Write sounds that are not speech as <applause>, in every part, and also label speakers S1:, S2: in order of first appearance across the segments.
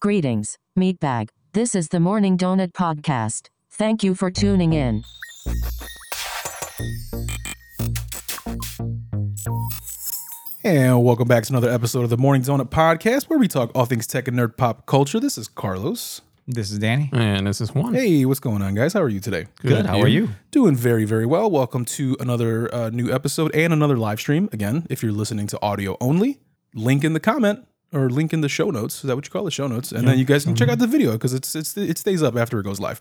S1: Greetings, Meatbag. This is the Morning Donut Podcast. Thank you for tuning in.
S2: And welcome back to another episode of the Morning Zone podcast, where we talk all things tech and nerd pop culture. This is Carlos.
S3: This is Danny.
S4: And this is one.
S2: Hey, what's going on, guys? How are you today?
S3: How are you?
S2: Doing very, very well. Welcome to another uh, new episode and another live stream. Again, if you're listening to audio only, link in the comment or link in the show notes. Is that what you call the show notes? And then you guys can check out the video because it's, it's it stays up after it goes live,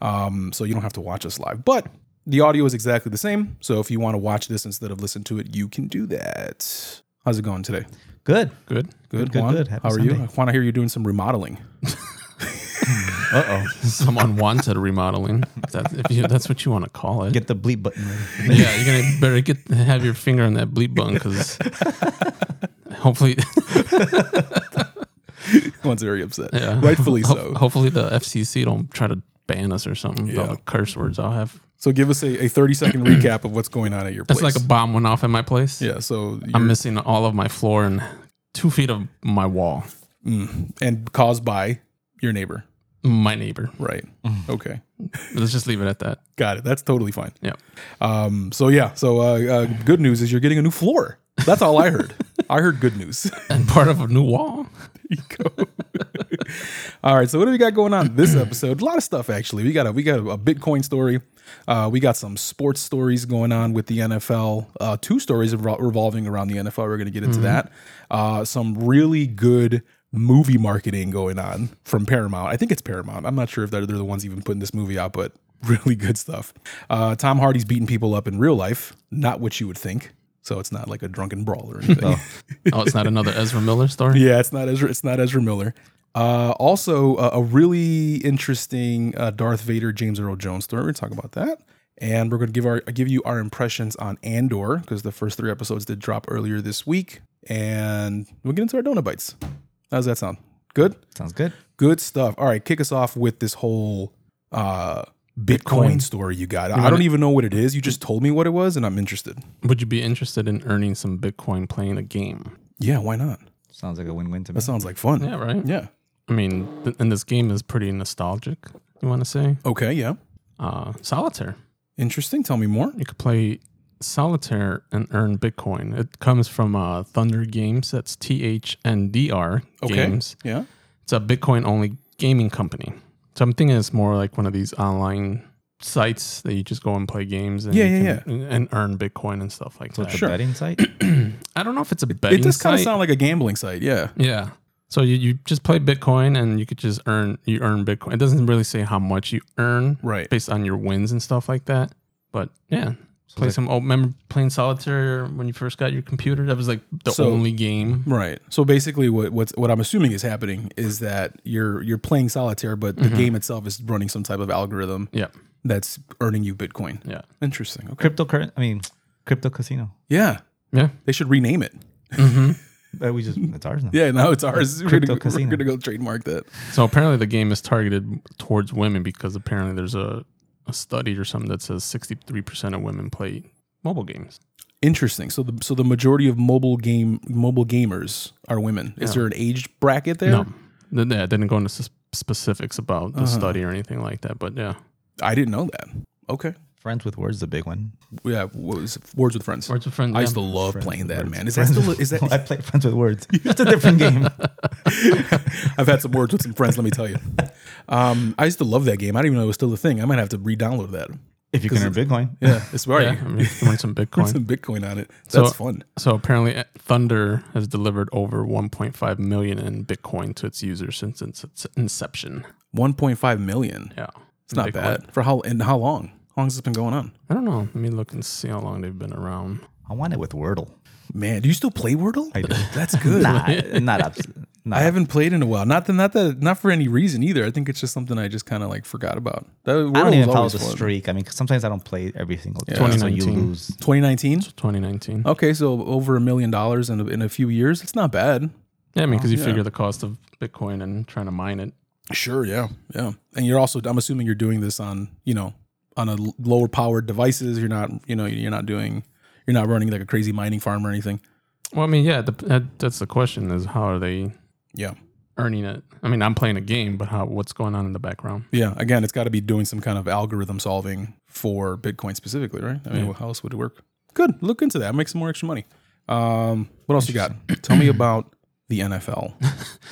S2: um, so you don't have to watch us live. But the audio is exactly the same. So if you want to watch this instead of listen to it, you can do that. How's it going today?
S3: Good.
S4: Good.
S2: Good,
S3: Good,
S2: Juan.
S3: good. Happy
S2: How are you?
S3: Sunday.
S2: Juan, I hear you're doing some remodeling. <laughs>
S3: Uh oh.
S4: Some unwanted remodeling. If That, if you, that's what you want to call it.
S3: Get the bleep button ready.
S4: yeah, you're gonna better get have your finger on that bleep button because hopefully,
S2: Juan's very upset.
S4: yeah,
S2: <laughs> Rightfully
S4: <laughs> Ho-
S2: so.
S4: hopefully the FCC don't try to ban us or something. with All
S2: Yeah.
S4: the curse words I'll have.
S2: So give us a, a 30
S4: <clears throat>
S2: second recap of what's going on at your place.
S4: It's like a bomb went off at my place.
S2: yeah. So
S4: I'm
S2: you're-
S4: missing all of my floor and two feet of my wall.
S2: and caused by your neighbor,
S4: My neighbor.
S2: right?
S4: Mm-hmm.
S2: Okay,
S4: Let's just leave it at that.
S2: got it. That's totally fine.
S4: Yeah.
S2: Um. So yeah. So uh, uh, good news is you're getting a new floor. That's all I
S4: <laughs>
S2: heard. I heard good news.
S4: And part of a new wall.
S2: go. <laughs> All right, so what do we got going on this episode? A lot of stuff actually. We got a we got a, a Bitcoin story. Uh, we got some sports stories going on with the NFL. Uh, two stories revol- revolving around the NFL. We're going to get into that. Uh, some really good movie marketing going on from Paramount. I think it's Paramount. I'm not sure if they're, they're the ones even putting this movie out, but <laughs> really good stuff. Uh, Tom Hardy's beating people up in real life, not what you would think. So it's not like a drunken brawl or anything.
S4: Oh, it's not another Ezra Miller story.
S2: Yeah, it's not Ezra. It's not Ezra Miller. Uh, also, uh, a really interesting uh, Darth Vader James Earl Jones story. We're going to talk about that, and we're going to give our give you our impressions on Andor because the first three episodes did drop earlier this week, and we'll get into our donut bites. How does that sound? Good,
S3: Sounds good.
S2: good stuff. All right, kick us off with this whole uh, Bitcoin, story you got. I don't even know what it is. You just told me what it was, and I'm interested.
S4: Would you be interested in earning some Bitcoin playing a game?
S2: Yeah, why not?
S3: Sounds like a win-win to me.
S2: That sounds like fun.
S4: Yeah, right.
S2: Yeah.
S4: I mean, th- and this game is pretty nostalgic. You want to say
S2: Okay. Yeah.
S4: uh, solitaire?
S2: Interesting. Tell me more.
S4: You could play solitaire and earn Bitcoin. It comes from uh, Thunder Games. That's T H N D R
S2: Okay.
S4: Games.
S2: Yeah.
S4: It's a Bitcoin only gaming company. So I'm thinking it's more like one of these online sites that you just go and play games and
S2: Yeah,
S4: you
S2: yeah,
S4: can- and earn Bitcoin and stuff like
S3: So
S4: that.
S3: it's
S2: Sure.
S3: a Uh, betting site. <clears throat>
S4: I don't know if it's a betting.
S2: It does kind of
S4: site.
S2: sound like a gambling site, yeah.
S4: Yeah. So you, you just play Bitcoin and you could just earn you earn Bitcoin. It doesn't really say how much you earn,
S2: Right.
S4: Based on your wins and stuff like that. But yeah, play
S3: like-
S4: some. Oh, remember playing solitaire when you first got your computer? That was like the
S2: So-
S4: only game.
S2: Right. So basically, what what's, what I'm assuming is happening is that you're you're playing solitaire, but
S4: Mm-hmm.
S2: the game itself is running some type of algorithm
S4: Yeah,
S2: that's earning you Bitcoin.
S4: yeah,
S2: Interesting. Okay.
S3: Cryptocurrency. I mean, crypto casino.
S2: Yeah,
S4: yeah. Mm-hmm.
S2: they should rename it.
S3: That Uh, we just it's ours now.
S2: Yeah, now it's ours. We're
S3: Crypto
S2: gonna, we're
S3: casino.
S2: gonna go trademark that.
S4: <laughs> So apparently the game is targeted towards women because apparently there's a, a study or something that says 63% of women play mobile games.
S2: Interesting. So the so the majority of mobile game mobile gamers are women. Is
S4: Yeah.
S2: there an age bracket there?
S4: Oh. No, Th- yeah, it didn't go into s- specifics about the
S2: Uh-huh.
S4: study or anything like that. But yeah,
S2: I didn't know that. Okay.
S3: Friends with words, is a big one.
S2: Yeah. What was it? words with friends?
S4: Words with Friends,
S2: I used to
S4: yeah.
S2: love playing that.
S3: Words-
S2: Man, is that
S3: friends
S2: still
S3: with-
S2: is that
S3: <laughs> I play friends with
S2: <laughs>
S3: words. It's a different game.
S2: I've had some words with some friends, let me tell you. Um, I used to love that game. I didn't even know it was still a thing. I might have to re download that.
S3: If you can earn Bitcoin,
S2: Yeah, it's right.
S4: yeah I mean, if you want
S2: <laughs>
S4: some Bitcoin.
S2: Some Bitcoin on it. That's
S4: So-
S2: fun.
S4: So apparently, uh, Thunder has delivered over 1.5 million in Bitcoin to its users since its its inception.
S2: 1.5 million.
S4: Yeah,
S2: It's not
S4: Bitcoin.
S2: bad. For how and how long? How long has this been going on?
S4: I don't know. Let me look and see how long they've been around.
S3: I want it with Wordle.
S2: <laughs> Man, do you still play Wordle?
S3: I do.
S2: That's good.
S3: <laughs> Nah, not up. Not
S2: I
S3: up.
S2: haven't played in a while. Not that, not that, not for any reason either. I think it's just something I just kind of like forgot about. That Wordle
S3: I don't
S2: was
S3: even follow
S2: always
S3: the
S2: fun.
S3: streak. I mean, 'cause sometimes I don't play every single day. So you
S4: 2019.
S3: lose.
S2: 2019.
S4: 2019.
S2: Okay, so over a million dollars in a, in a few years. It's not bad.
S4: yeah, I mean, because you figure the cost of Bitcoin and trying to mine it.
S2: Sure, yeah, yeah. And you're also, I'm assuming you're doing this on, you know, on a l- lower powered devices. You're not, you know, you're not doing, you're not running like a crazy mining farm or anything.
S4: Well, I mean, yeah, the, that, that's the question: is how are they
S2: Yeah,
S4: earning it. I mean, I'm playing a game, but how what's going on in the background?
S2: Yeah, again, it's got to be doing some kind of algorithm solving for Bitcoin specifically, right? I mean,
S4: Yeah.
S2: how else would it work? Good, look into that. Make some more extra money. Um, what else you got? Tell
S4: <clears throat>
S2: me about the NFL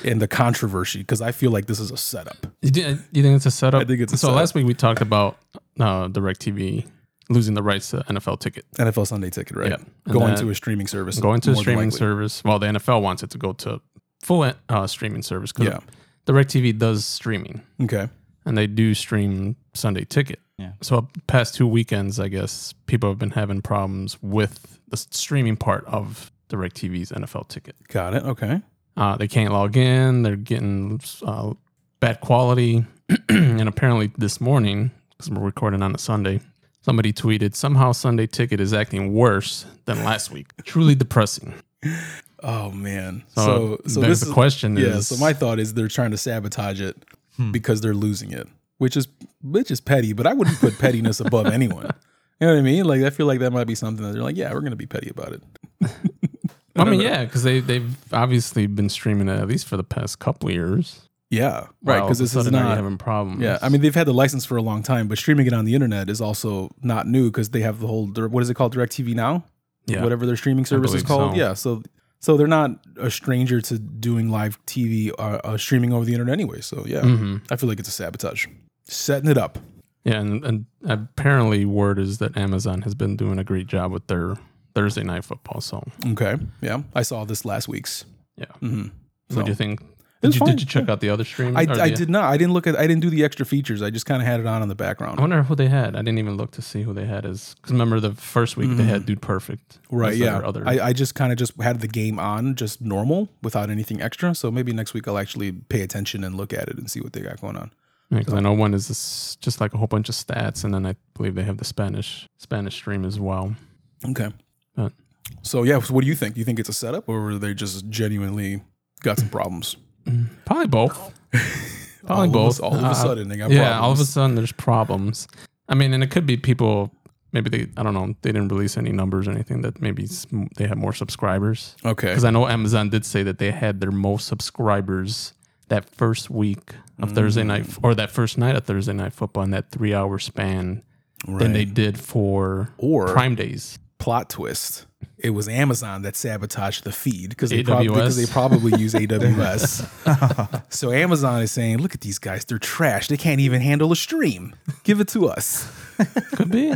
S2: and the controversy because I feel like this is a setup.
S4: You, thi- you think it's a setup?
S2: I think it's a
S4: so.
S2: setup.
S4: Last week we talked about uh, Directv losing the rights to NFL ticket,
S2: NFL Sunday Ticket, right?
S4: Yeah. And
S2: Going
S4: that-
S2: to a streaming service.
S4: going to a
S2: more than
S4: streaming
S2: likely.
S4: service. Well, the NFL wants it to go to full uh, streaming service because
S2: Yeah.
S4: Directv does streaming.
S2: Okay.
S4: and they do stream Sunday Ticket.
S3: Yeah.
S4: So uh, past two weekends, I guess people have been having problems with the s- streaming part of DirecTV's NFL Ticket.
S2: Got it. Okay.
S4: Uh, they can't log in. They're getting uh, bad quality, <clears throat> and apparently this morning, because we're recording on a Sunday, somebody tweeted somehow Sunday Ticket is acting worse than last week. Truly depressing.
S2: Oh man.
S4: So,
S2: So so
S4: then
S2: this
S4: the
S2: is
S4: question
S2: yeah.
S4: is Hmm.
S2: So my thought is they're trying to sabotage it because they're losing it, which is which is petty. But I wouldn't put pettiness
S4: <laughs>
S2: above anyone. You know what I mean? Like I feel like that might be something that they're like, yeah, we're gonna be petty about it. <laughs>
S4: I mean, yeah, because they they've obviously been streaming it at least for the past couple of years.
S2: Yeah. Right. Because
S4: Wow, all
S2: this
S4: of a
S2: is
S4: sudden now you're
S2: not.
S4: having problems.
S2: Yeah, I mean they've had the license for a long time, but streaming it on the internet is also not new because they have the whole dir- what is it called, DirecTV Now,
S4: yeah.
S2: whatever their streaming service is
S4: believe
S2: called.
S4: so.
S2: Yeah, so so they're not a stranger to doing live TV uh, uh, streaming over the internet anyway. So yeah,
S4: hmm
S2: I feel like it's a sabotage, setting it up.
S4: Yeah, and, and apparently word is that Amazon has been doing a great job with their Thursday night football. So
S2: Okay, yeah, I saw this last week's.
S4: yeah,
S2: hmm
S4: what do you think?
S2: was
S4: Did you,
S2: fine,
S4: did you check out the other stream?
S2: I,
S4: Or
S2: I
S4: the-
S2: did not. I didn't look at. I didn't do the extra features. I just kind of had it on in the background.
S4: I wonder who they had. I didn't even look to see who they had. Is because remember the first week they had Dude Perfect,
S2: Mm. Right.
S4: as their
S2: Yeah.
S4: Other,
S2: I, I just kind of just had the game on just normal without anything extra. So maybe next week I'll actually pay attention and look at it and see what they got going on.
S4: because I know one is this, just like a whole bunch of stats, and then I believe they have the Spanish Spanish stream as well.
S2: Okay.
S4: Uh.
S2: So yeah, so what do you think? Do you think it's a setup or were they just genuinely got some problems?
S4: Probably both. <laughs> Probably
S2: all
S4: both.
S2: Of a, all of
S4: Uh,
S2: a sudden they got
S4: yeah,
S2: problems.
S4: all of a sudden there's problems. I mean, and it could be people. Maybe they, I don't know, they didn't release any numbers or anything. That maybe s- they have more subscribers
S2: Okay.
S4: because I know Amazon did say that they had their most subscribers that first week of Thursday night f- or that first night of Thursday night football in that three hour span than they
S2: Right.
S4: did for
S2: Or-
S4: Prime Days.
S2: Plot twist. It was Amazon that sabotaged the feed because they, prob-
S4: AWS?
S2: because they probably
S4: <laughs>
S2: use AWS. so Amazon is saying, look at these guys. They're trash. They can't even handle a stream. Give it to us.
S4: Could be.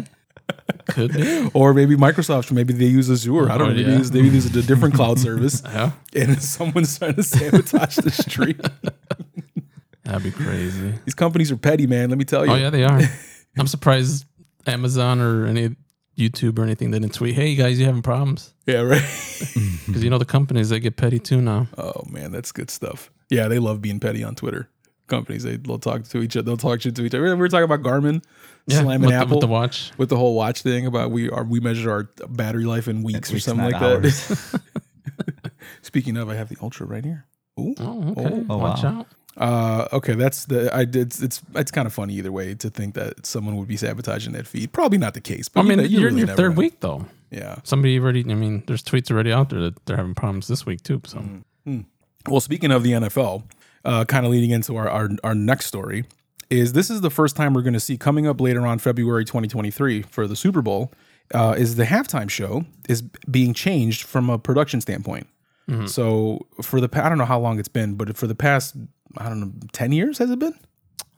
S2: <laughs>
S4: could be.
S2: or maybe Microsoft, maybe they use Azure. I don't
S4: Oh,
S2: know. Maybe,
S4: yeah.
S2: they use, maybe they use a different
S4: <laughs>
S2: cloud service,
S4: Yeah.
S2: and someone's trying to sabotage the stream.
S4: That'd be crazy.
S2: These companies are petty, man. Let me tell you.
S4: Oh yeah, they are. I'm surprised Amazon or any YouTube or anything didn't tweet, "Hey guys, you having problems?"
S2: Yeah, right.
S4: Because you know the companies they get petty too now.
S2: Oh man, that's good stuff. Yeah, they love being petty on Twitter. Companies, they, they'll talk to each other. They'll talk shit to each other. We were talking about Garmin slamming
S4: with the,
S2: Apple
S4: with the watch.
S2: with the whole watch thing about we are we measure our battery life in weeks or
S3: weeks,
S2: something like
S3: not
S2: that. <laughs> Speaking of, I have the Ultra right here. Ooh.
S4: Oh, okay.
S3: Oh,
S4: Watch
S3: wow.
S4: out.
S2: Uh, okay, that's the I did. It's it's, it's kind of funny either way to think that someone would be sabotaging that feed. Probably not the case. But
S4: I
S2: you
S4: mean,
S2: know- you
S4: you're
S2: really
S4: in your
S2: never
S4: third
S2: know.
S4: week though.
S2: Yeah.
S4: Somebody already. I mean, there's tweets already out there that they're having problems this week too. So
S2: Well, speaking of the NFL, uh, kind of leading into our, our our next story is this is the first time we're going to see coming up later on February 2023 for the Super Bowl uh, is the halftime show is being changed from a production standpoint. So for the pa- I don't know how long it's been, but for the past I don't know ten years has it been?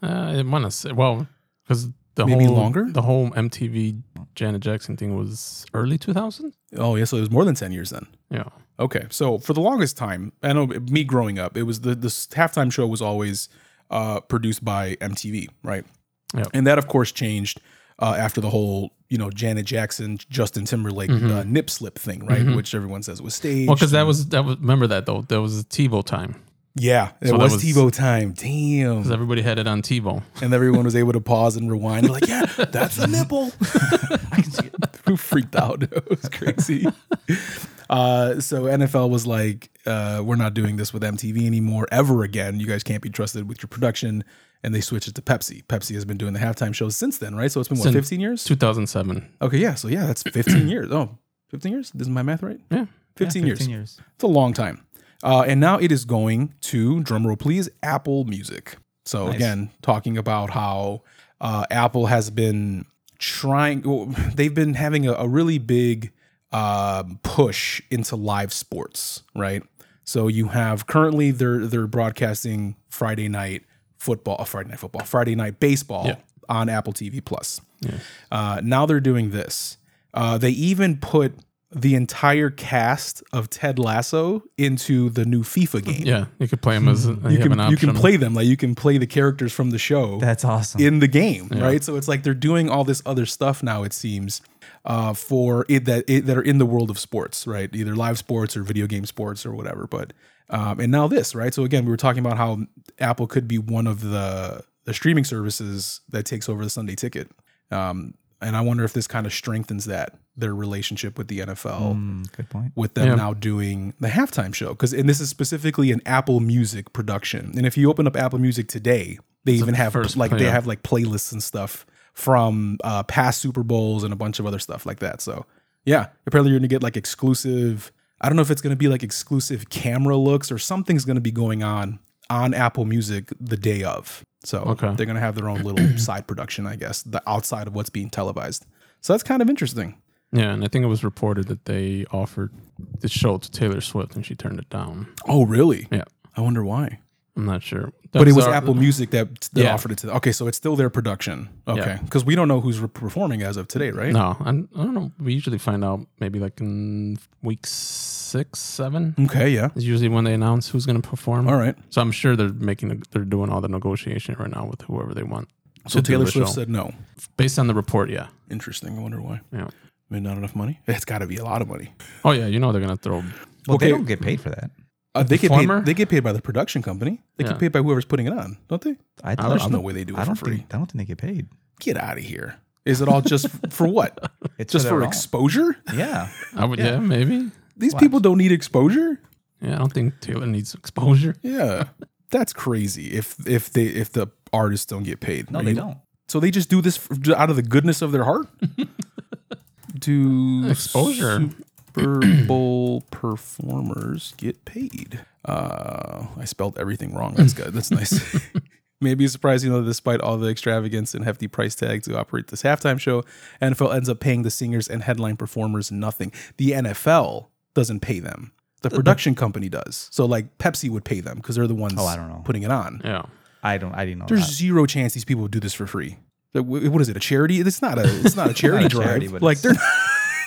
S4: uh, I want to say, well, because the
S2: Maybe
S4: whole
S2: longer?
S4: the whole MTV Janet Jackson thing was early 2000s.
S2: Oh yeah, so it was more than ten years then.
S4: Yeah.
S2: Okay, so for the longest time, I know me growing up, it was the this halftime show was always uh, produced by MTV, right?
S4: Yep.
S2: And that of course changed uh, after the whole you know Janet Jackson, Justin Timberlake uh, nip slip thing, right? Which everyone says was staged.
S4: Mm-hmm. Well, because that was that was remember that though that was TiVo time
S2: yeah, it
S4: So that
S2: was,
S4: was-
S2: TiVo time. Damn,
S4: <laughs> because everybody had it on TiVo.
S2: and everyone was able to pause and rewind. They're like, yeah, that's a
S4: <laughs>
S2: nipple.
S3: <laughs>
S2: Who freaked out? <laughs> It was crazy. Uh, so NFL was like, uh, we're not doing this with MTV anymore, ever again. You guys can't be trusted with your production. And they switched it to Pepsi. Pepsi has been doing the halftime shows since then, right? So it's been, what,
S4: Since
S2: 15 years?
S4: 2007.
S2: Okay, yeah. So yeah, that's 15 years. Oh, 15 years? Isn't my math right?
S4: Yeah.
S2: 15, years.
S3: years.
S2: It's a long time. Uh, and now it is going to drumroll, please, Apple Music. So
S3: Nice.
S2: again, talking about how uh, Apple has been trying, well, they've been having a, a really big uh, push into live sports, right? So you have currently they're they're broadcasting Friday night football, uh, Friday night football, Friday night baseball
S4: Yeah.
S2: on Apple TV Plus. Uh, now they're doing this. Uh, they even put the entire cast of Ted Lasso into the new FIFA game.
S4: Yeah, you could play them as you,
S2: Hmm. You
S4: have an
S2: can,
S4: option.
S2: you can play them like you can play the characters from the show
S3: That's awesome.
S2: in the game, right? So it's like they're doing all this other stuff now. It seems uh, for it that it, that are in the world of sports, right? Either live sports or video game sports or whatever. But um, and now this, right? So again, we were talking about how Apple could be one of the the streaming services that takes over the Sunday Ticket. Um, and I wonder if this kind of strengthens that their relationship with the NFL
S3: Mm, good point.
S2: with them
S4: Yeah.
S2: now doing the halftime show because and this is specifically an Apple Music production. And if you open up Apple Music today, they even
S4: the
S2: have
S4: first
S2: like they
S4: player.
S2: have like playlists and stuff from uh, past Super Bowls and a bunch of other stuff like that. So yeah, apparently you're gonna get like exclusive. I don't know if it's gonna be like exclusive camera looks or something's gonna be going on on Apple Music the day of. So
S4: Okay.
S2: they're gonna have their own
S4: <clears throat>
S2: little side production, I guess, the outside of what's being televised. So that's kind of interesting.
S4: Yeah, and I think it was reported that they offered the show to Taylor Swift and she turned it down.
S2: Oh, really?
S4: Yeah.
S2: I wonder why.
S4: I'm not sure.
S2: but it
S4: Those
S2: was
S4: are-
S2: Apple Music that, that
S4: Yeah.
S2: offered it to them. Okay, so it's still their production. Okay, because we don't know who's re- performing as of today, right?
S4: No, I'm, I don't know. We usually find out maybe like in week six, seven
S2: Okay, yeah.
S4: is usually when they announce who's going to perform.
S2: All right.
S4: So I'm sure they're making they're doing all the negotiation right now with whoever they want.
S2: So
S4: to do
S2: Taylor
S4: the
S2: Swift
S4: show.
S2: said no.
S4: based on the report, yeah,
S2: Interesting. I wonder why.
S4: yeah.
S2: Maybe not enough money. It's got to be a lot of money.
S4: Oh yeah, you know they're going to throw.
S3: Well,
S2: Okay.
S3: they don't get paid for that.
S2: Uh, they get
S4: Performer?
S2: paid. They get paid by the production company. They
S4: Yeah.
S2: get paid by whoever's putting it on, don't they?
S3: I
S4: don't
S2: There's
S3: I
S2: no way they do it
S3: I
S2: for
S3: don't
S2: free.
S3: Think, I don't think they get paid.
S2: Get out of here. Is it all just for
S4: <laughs>
S2: what?
S3: It's
S2: Just for
S3: their own-
S2: exposure? <laughs>
S3: Yeah.
S4: I would, yeah. maybe.
S2: These people don't need exposure.
S4: Yeah, I don't think Taylor needs exposure.
S2: Yeah, that's crazy. If if they if the artists don't get paid,
S3: No,
S2: Are
S3: they
S2: you-
S3: don't.
S2: So they just do this f- out of the goodness of their
S3: <laughs>
S2: heart. do
S4: Exposure.
S2: Super Bowl performers get paid? Uh, I spelled everything wrong. That's good. That's
S3: <laughs>
S2: nice. Maybe it's surprising though, despite all the extravagance and hefty price tag to operate this halftime show, NFL ends up paying the singers and headline performers nothing. The NFL doesn't pay them. The production company does. So like Pepsi would pay them because they're the ones
S3: Oh, I don't know.
S2: putting it on.
S4: Yeah,
S3: I don't. I didn't know.
S2: There's
S3: that.
S2: zero chance these people would do this for free. Like, wh- What is it? A charity? It's not a. It's not a charity
S3: a
S2: drive.
S3: charity, but
S2: like they're.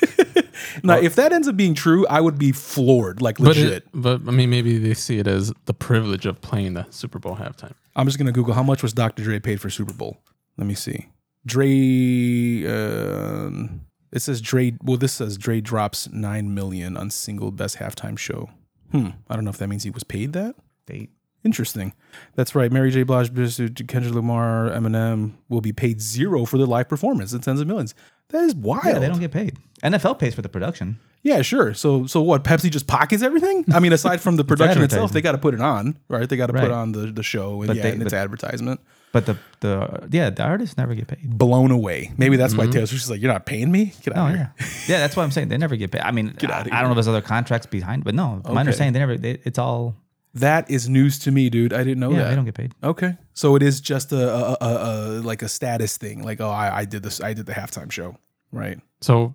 S2: <laughs> now, if that ends up being true, I would be floored. Like
S4: but
S2: legit.
S4: it, but I mean, maybe they see it as the privilege of playing the Super Bowl halftime.
S2: I'm just gonna Google how much was Dr. Dre paid for Super Bowl. Let me see. Dre. Um, it says Dre. Well, this says Dre drops nine million on single best halftime show. Hmm. I don't know if that means he was paid that.
S3: They-
S2: Interesting. That's right. Mary J. Blige, Kendrick Lamar, Eminem will be paid zero for their live performance in tens of millions. That is wild.
S3: Yeah, they don't get paid. NFL pays for the production.
S2: Yeah, sure. So, so what? Pepsi just pockets everything. I mean, aside
S3: <laughs>
S2: from the production itself,
S3: advertising.
S2: they got to put it on, right? They got to put
S3: Right.
S2: on the, the show and
S3: But
S2: yeah,
S3: they-
S2: and its
S3: but-
S2: advertisement.
S3: But the the yeah, the artists never get paid.
S2: Blown away. Maybe that's why Taylor Swift's like, "You're not paying me. Get out
S3: Mm-hmm. Oh
S2: of <laughs>
S3: yeah,
S2: here."
S3: yeah. That's what I'm saying. They never get paid. I mean, I, I don't know if there's other contracts behind, but no, my understanding they never. They, it's all
S2: That is news to me, dude. I didn't know
S3: yeah,
S2: that.
S3: They don't get paid.
S2: okay, so it is just a, a, a, a like a status thing. Like, oh, I, I did this. I did the halftime show, right?
S4: So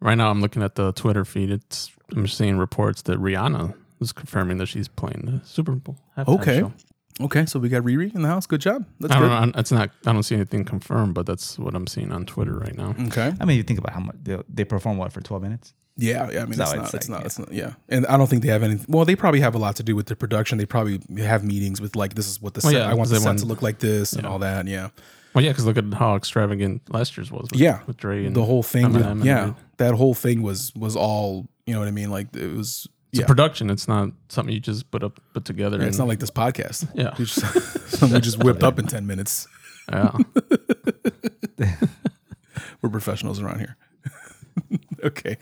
S4: right now, I'm looking at the Twitter feed. It's I'm seeing reports that Rihanna is confirming that she's playing the Super Bowl. halftime
S2: Okay.
S4: show.
S2: Okay, so we got Riri in the house. Good job. That's
S4: I
S2: good.
S4: don't know. It's not. I don't see anything confirmed, but that's what I'm seeing on Twitter right now.
S2: Okay.
S3: I mean, you think about how much they, they perform what for 12 minutes.
S2: Yeah. Yeah. I mean,
S3: No,
S2: it's, not,
S3: it's
S2: it's
S3: like,
S2: not. It's not. Yeah. And I don't think they have any. Well, they probably have a lot to do with their production. They probably have meetings with like, this is what the
S4: Well,
S2: set.
S4: yeah,
S2: I want the
S4: they
S2: set
S4: want- Mm-hmm.
S2: to look like this and all that. Yeah.
S4: Well, yeah, because look at how extravagant last year's was. With,
S2: Yeah.
S4: with Dre and
S2: The whole thing. with-
S4: Eminem and
S2: yeah.
S4: Drake.
S2: That whole thing was was all. You know what I mean? Like it was.
S4: It's
S2: Yeah.
S4: a production. It's not something you just put up put together.
S2: Yeah,
S4: and,
S2: it's not like this podcast.
S4: Yeah.
S2: We just, <laughs> something we just whipped up in ten minutes.
S4: yeah.
S2: We're professionals around here. <laughs> okay,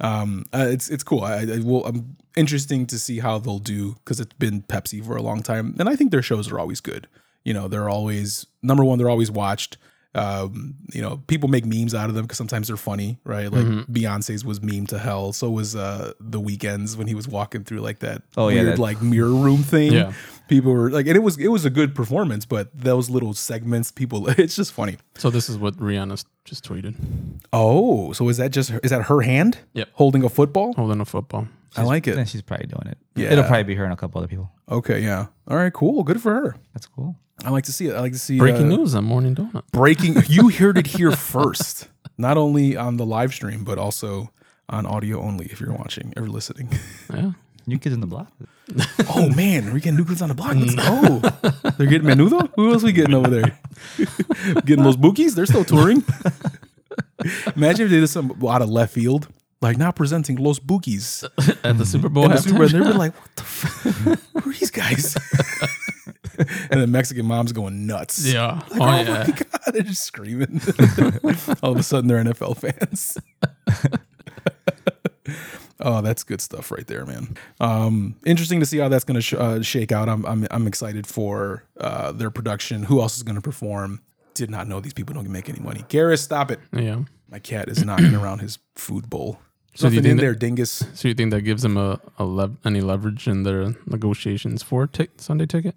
S2: um, uh, it's it's cool. I, I will. I'm interesting to see how they'll do because it's been Pepsi for a long time, and I think their shows are always good. You know, they're always number one. They're always watched. Um, you know, people make memes out of them because sometimes they're funny, right? Like
S3: Mm-hmm.
S4: Mhm.
S2: Beyonce's was meme to hell. So was uh the weekends when he was walking through like that
S3: Oh, yeah,
S2: weird
S3: that-
S2: like mirror room thing.
S4: Yeah.
S2: People were like, and it was it was a good performance, but those little segments, people, <laughs> it's just funny.
S4: So this is what Rihanna just tweeted,
S2: Oh, so is that just is that her hand?
S4: Yep. Oh,
S2: holding a football.
S4: holding a football.
S2: I like it.
S3: Then she's probably doing it.
S2: Yeah.
S3: It'll probably be her and a couple other people.
S2: Okay, yeah. All right, cool. Good for her.
S3: That's cool.
S2: I like to see it. I like to see
S4: Breaking
S2: uh,
S4: news on Morning Donut. <laughs>
S2: Breaking. You heard it here first. Not only on the live stream, but also on audio only. If you're watching or
S4: <laughs>
S2: listening.
S4: Yeah.
S3: New kids in the block.
S2: Oh man, we getting new kids on the block.
S4: <laughs>
S2: Let's go. They're getting menudo. Who else we getting over there? getting those bookies. They're still touring. <laughs> Imagine if they did some out of left field, like not presenting Los Bookies
S4: At the Super Bowl.
S2: and Mm-hmm. the
S4: halftime
S2: Super, and
S4: <laughs>
S2: they're like, "What the? F- <laughs> who are these guys?" and the Mexican mom's going nuts.
S4: Yeah.
S2: Like, oh, <laughs>
S4: oh,
S2: my
S4: yeah.
S2: god, they're just screaming. <laughs> All of a sudden, they're NFL fans. <laughs> oh, that's good stuff right there, man. Um, interesting to see how that's going to sh- uh, shake out. I'm, I'm I'm excited for uh, their production. Who else is going to perform? Did not know these people don't make any money. Garrus, stop it!
S4: Yeah.
S2: My cat is knocking around his food bowl.
S4: So do you
S2: Nothing
S4: think
S2: in
S4: that-
S2: there, dingus.
S4: So you think that gives them a, a lev- any leverage in their negotiations for ti- Sunday ticket?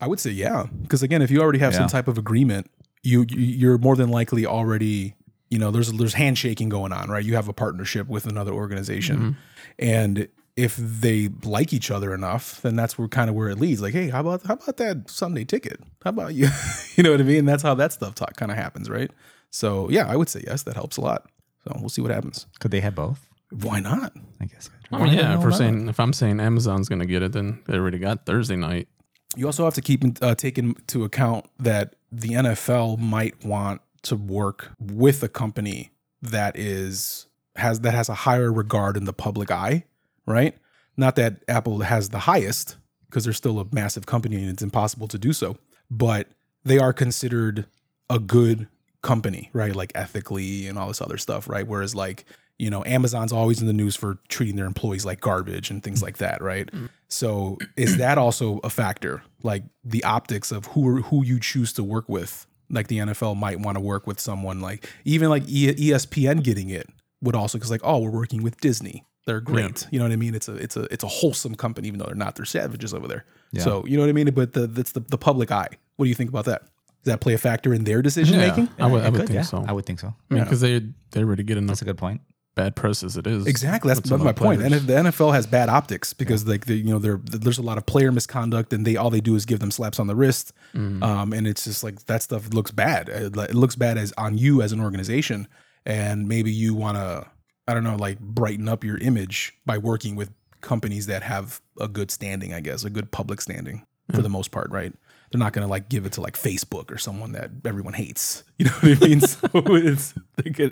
S2: I would say yeah, because again, if you already have
S3: Yeah.
S2: some type of agreement, you you- you're more than likely already you know there's there's handshaking going on, right? You have a partnership with another organization, and if they like each other enough, then that's where kind of where it leads. Like, hey, how about how about that Sunday ticket? How about you? <laughs> you know what I mean? That's how that stuff talk kind of happens, right? So yeah, I would say yes, that helps a lot. So we'll see what happens.
S3: Could they have both?
S2: Why not?
S3: I guess.
S4: I
S2: Why
S4: mean,
S2: the
S4: yeah. If
S2: hell
S4: we're
S2: not?
S4: saying if I'm saying Amazon's going to get it, then they already got Thursday night.
S2: You also have to keep uh, take into account that the NFL might want to work with a company that is has that has a higher regard in the public eye, right? Not that Apple has the highest because they're still a massive company and it's impossible to do so, but they are considered a good company, right? Like ethically and all this other stuff, right? Whereas like, you know, Amazon's always in the news for treating their employees like garbage and things like that, right? So is that also a factor? Like the optics of who who you choose to work with. Like the NFL might want to work with someone like even like E- ESPN getting it would also because like oh we're working with Disney they're great you know what I mean it's a it's a it's a wholesome company even though they're not they're savages over there
S3: Yeah.
S2: so you know what I mean but the, that's the the public eye what do you think about that does that play a factor in their decision
S4: Yeah,
S2: making
S4: I would, I
S3: It
S4: would
S3: could,
S4: think
S3: yeah.
S4: so.
S3: I would think so.
S4: I mean, because they they already get enough
S3: That's a good point.
S4: bad press as it is.
S2: Exactly. That's
S4: with a lot
S2: my
S4: of
S2: point. And
S4: players.
S2: if the NFL has bad optics because like the, you know there there's a lot of player misconduct and they all they do is give them slaps on the wrist,
S4: Mm. Mm-hmm.
S2: um, and it's just like that stuff looks bad. It like, it looks bad as on you as an organization, and maybe you want to I don't know like brighten up your image by working with companies that have a good standing, I guess, a good public standing for the
S4: Hmm.
S2: most part, right? They're not going to like give it to like Facebook or someone that everyone hates. <laughs> You know what I
S4: <laughs>
S2: mean? so it's,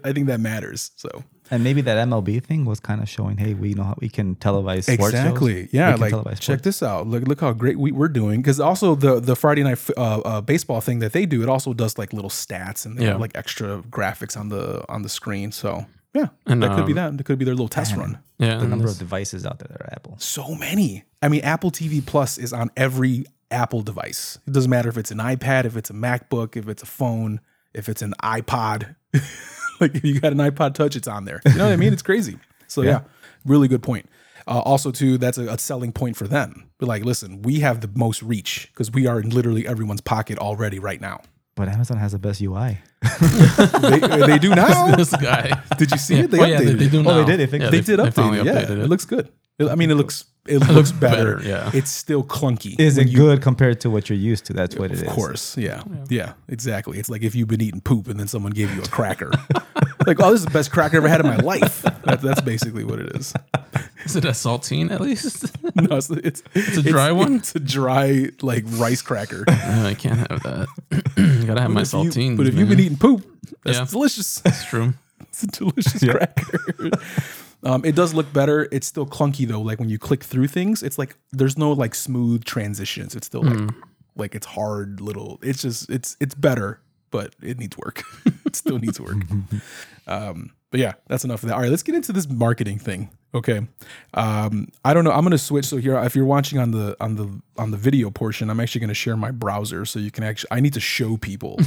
S2: I think that matters. So.
S3: And maybe that MLB thing was kind of showing, hey, we know how we can televise sports shows.
S2: exactly
S3: We
S2: yeah
S3: can
S2: like
S3: televise sports.
S2: check this out look look how great we, we're doing because also the the friday night f- uh, uh, baseball thing that they do it also does like little stats and they
S4: Yeah.
S2: have like extra graphics on the on the screen so yeah
S4: And,
S2: that could be
S4: um,
S2: that that could be their little test run
S4: yeah,
S3: the
S4: and
S3: number
S4: this-
S3: of devices out there that are Apple.
S2: so many i mean apple tv plus is on every apple device it doesn't matter if it's an ipad if it's a macbook if it's a phone if it's an ipod <laughs> like if you got an iPod Touch, it's on there. You know what I mean? It's crazy. So yeah, really good point. Uh, also, too, that's a, a selling point for them. But like, listen, we have the most reach because we are in literally everyone's pocket already right now.
S3: But Amazon has the best UI.
S2: They, they do now.
S4: this <laughs> guy.
S2: Did you see it? They
S4: Oh,
S2: updated.
S4: yeah, they- they
S2: it.
S4: do
S2: oh,
S4: now.
S2: they did. They,
S4: Yeah,
S2: they
S4: they-
S2: did
S4: they
S2: update
S4: finally
S2: it. Yeah,
S4: updated
S2: it.
S4: it.
S2: looks good. It- I mean, it looks
S4: <laughs>
S2: it looks,
S4: looks
S2: better.
S4: better, yeah.
S2: it's still clunky.
S3: Is
S2: when
S3: it
S2: you-
S3: good compared to what you're used to? That's what it is.
S2: Of course, yeah. yeah, exactly. It's like if you've been eating poop and then someone gave you a cracker, <laughs> like, oh, this is the best cracker I ever had in my life. That, that's basically what it is. <laughs>
S4: Is it a saltine at least?
S2: No, it's, it's,
S4: a dry one?
S2: It's a dry like rice
S4: <laughs>
S2: cracker.
S4: No, Oh, I can't have that. <clears throat> Gotta have my
S2: If you-
S4: saltines.
S2: but if you've been
S4: man. <laughs>
S2: eating poop, that's
S4: Yeah.
S2: delicious. <laughs>
S4: It's true.
S2: It's a delicious cracker. Um, it does look better. It's still clunky though. Like when you click through things, it's like there's no like smooth transitions. It's still like
S4: Hmm.
S2: like it's hard little. It's just it's it's better, but it needs work. <laughs> it still needs
S4: <laughs>
S2: work. Um, but yeah, that's enough of that. All right, let's get into this marketing thing. Okay. Um, I don't know. I'm gonna switch. So here, if you're watching on
S4: <laughs>
S2: the on the on the video portion, I'm actually gonna share my browser so you can actually. I need to show people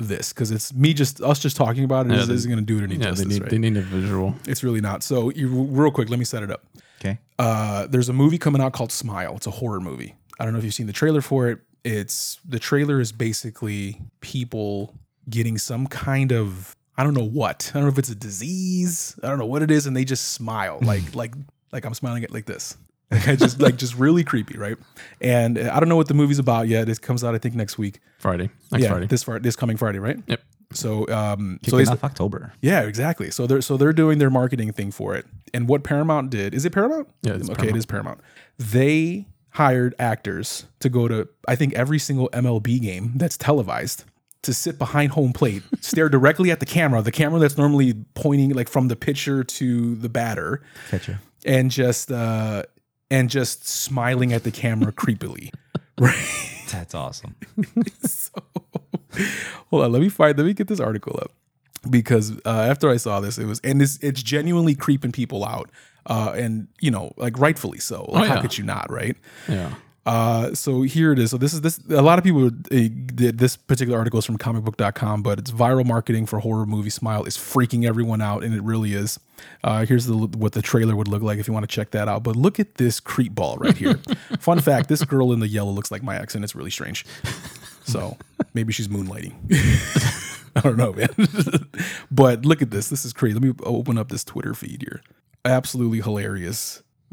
S2: this because it's me just us just talking about it
S4: Yeah,
S2: is-
S4: they-
S2: isn't going to do it any
S4: Yeah, they
S2: justice.
S4: need
S2: right?
S4: they need a visual.
S2: it's really not. So you, real quick, let me set it up.
S3: Okay.
S2: Uh, there's a movie coming out called Smile. It's a horror movie. I don't know if you've seen the trailer for it. It's the trailer is basically people getting some kind of I don't know what. I don't know if it's a disease. I don't know what it is, and they just
S4: <laughs>
S2: smile like like like I'm smiling at like this. Like I just like just really creepy, right? And I don't know what the movie's about yet. It comes out I think next week.
S4: Friday next
S2: yeah,
S4: Friday.
S2: this Friday, this coming Friday, right?
S4: Yep.
S2: So um, so
S3: Kicking
S2: it's-
S3: off October.
S2: yeah, exactly. So they're so they're doing their marketing thing for it. And what Paramount did is it Paramount?
S4: Yeah,
S2: okay,
S4: it's
S2: it is Paramount. They hired actors to go to I think every single MLB game that's televised to sit behind home plate, <laughs> stare directly at the camera, the camera that's normally pointing like from the pitcher to the batter,
S3: Catcher.
S2: and just uh and just smiling at the camera <laughs> creepily. Right.
S3: That's awesome.
S2: so hold on let me find let me get this article up because uh, after i saw this it was and this it's genuinely creeping people out uh, and you know like rightfully so like
S4: Oh,
S2: how
S4: yeah.
S2: could you not right
S4: yeah.
S2: uh, so here it is. So this is this. A lot of people uh, did this particular article is from comicbook.com, but it's viral marketing for horror movie Smile is freaking everyone out, and it really is. Uh, here's the, what the trailer would look like if you want to check that out. But look at this creep ball right here. Fun fact: this girl in the yellow looks like my ex, and it's really strange. So maybe she's moonlighting. <laughs> I don't know, man. <laughs> but look at this. This is crazy. Let me open up this Twitter feed here. Absolutely hilarious. <laughs>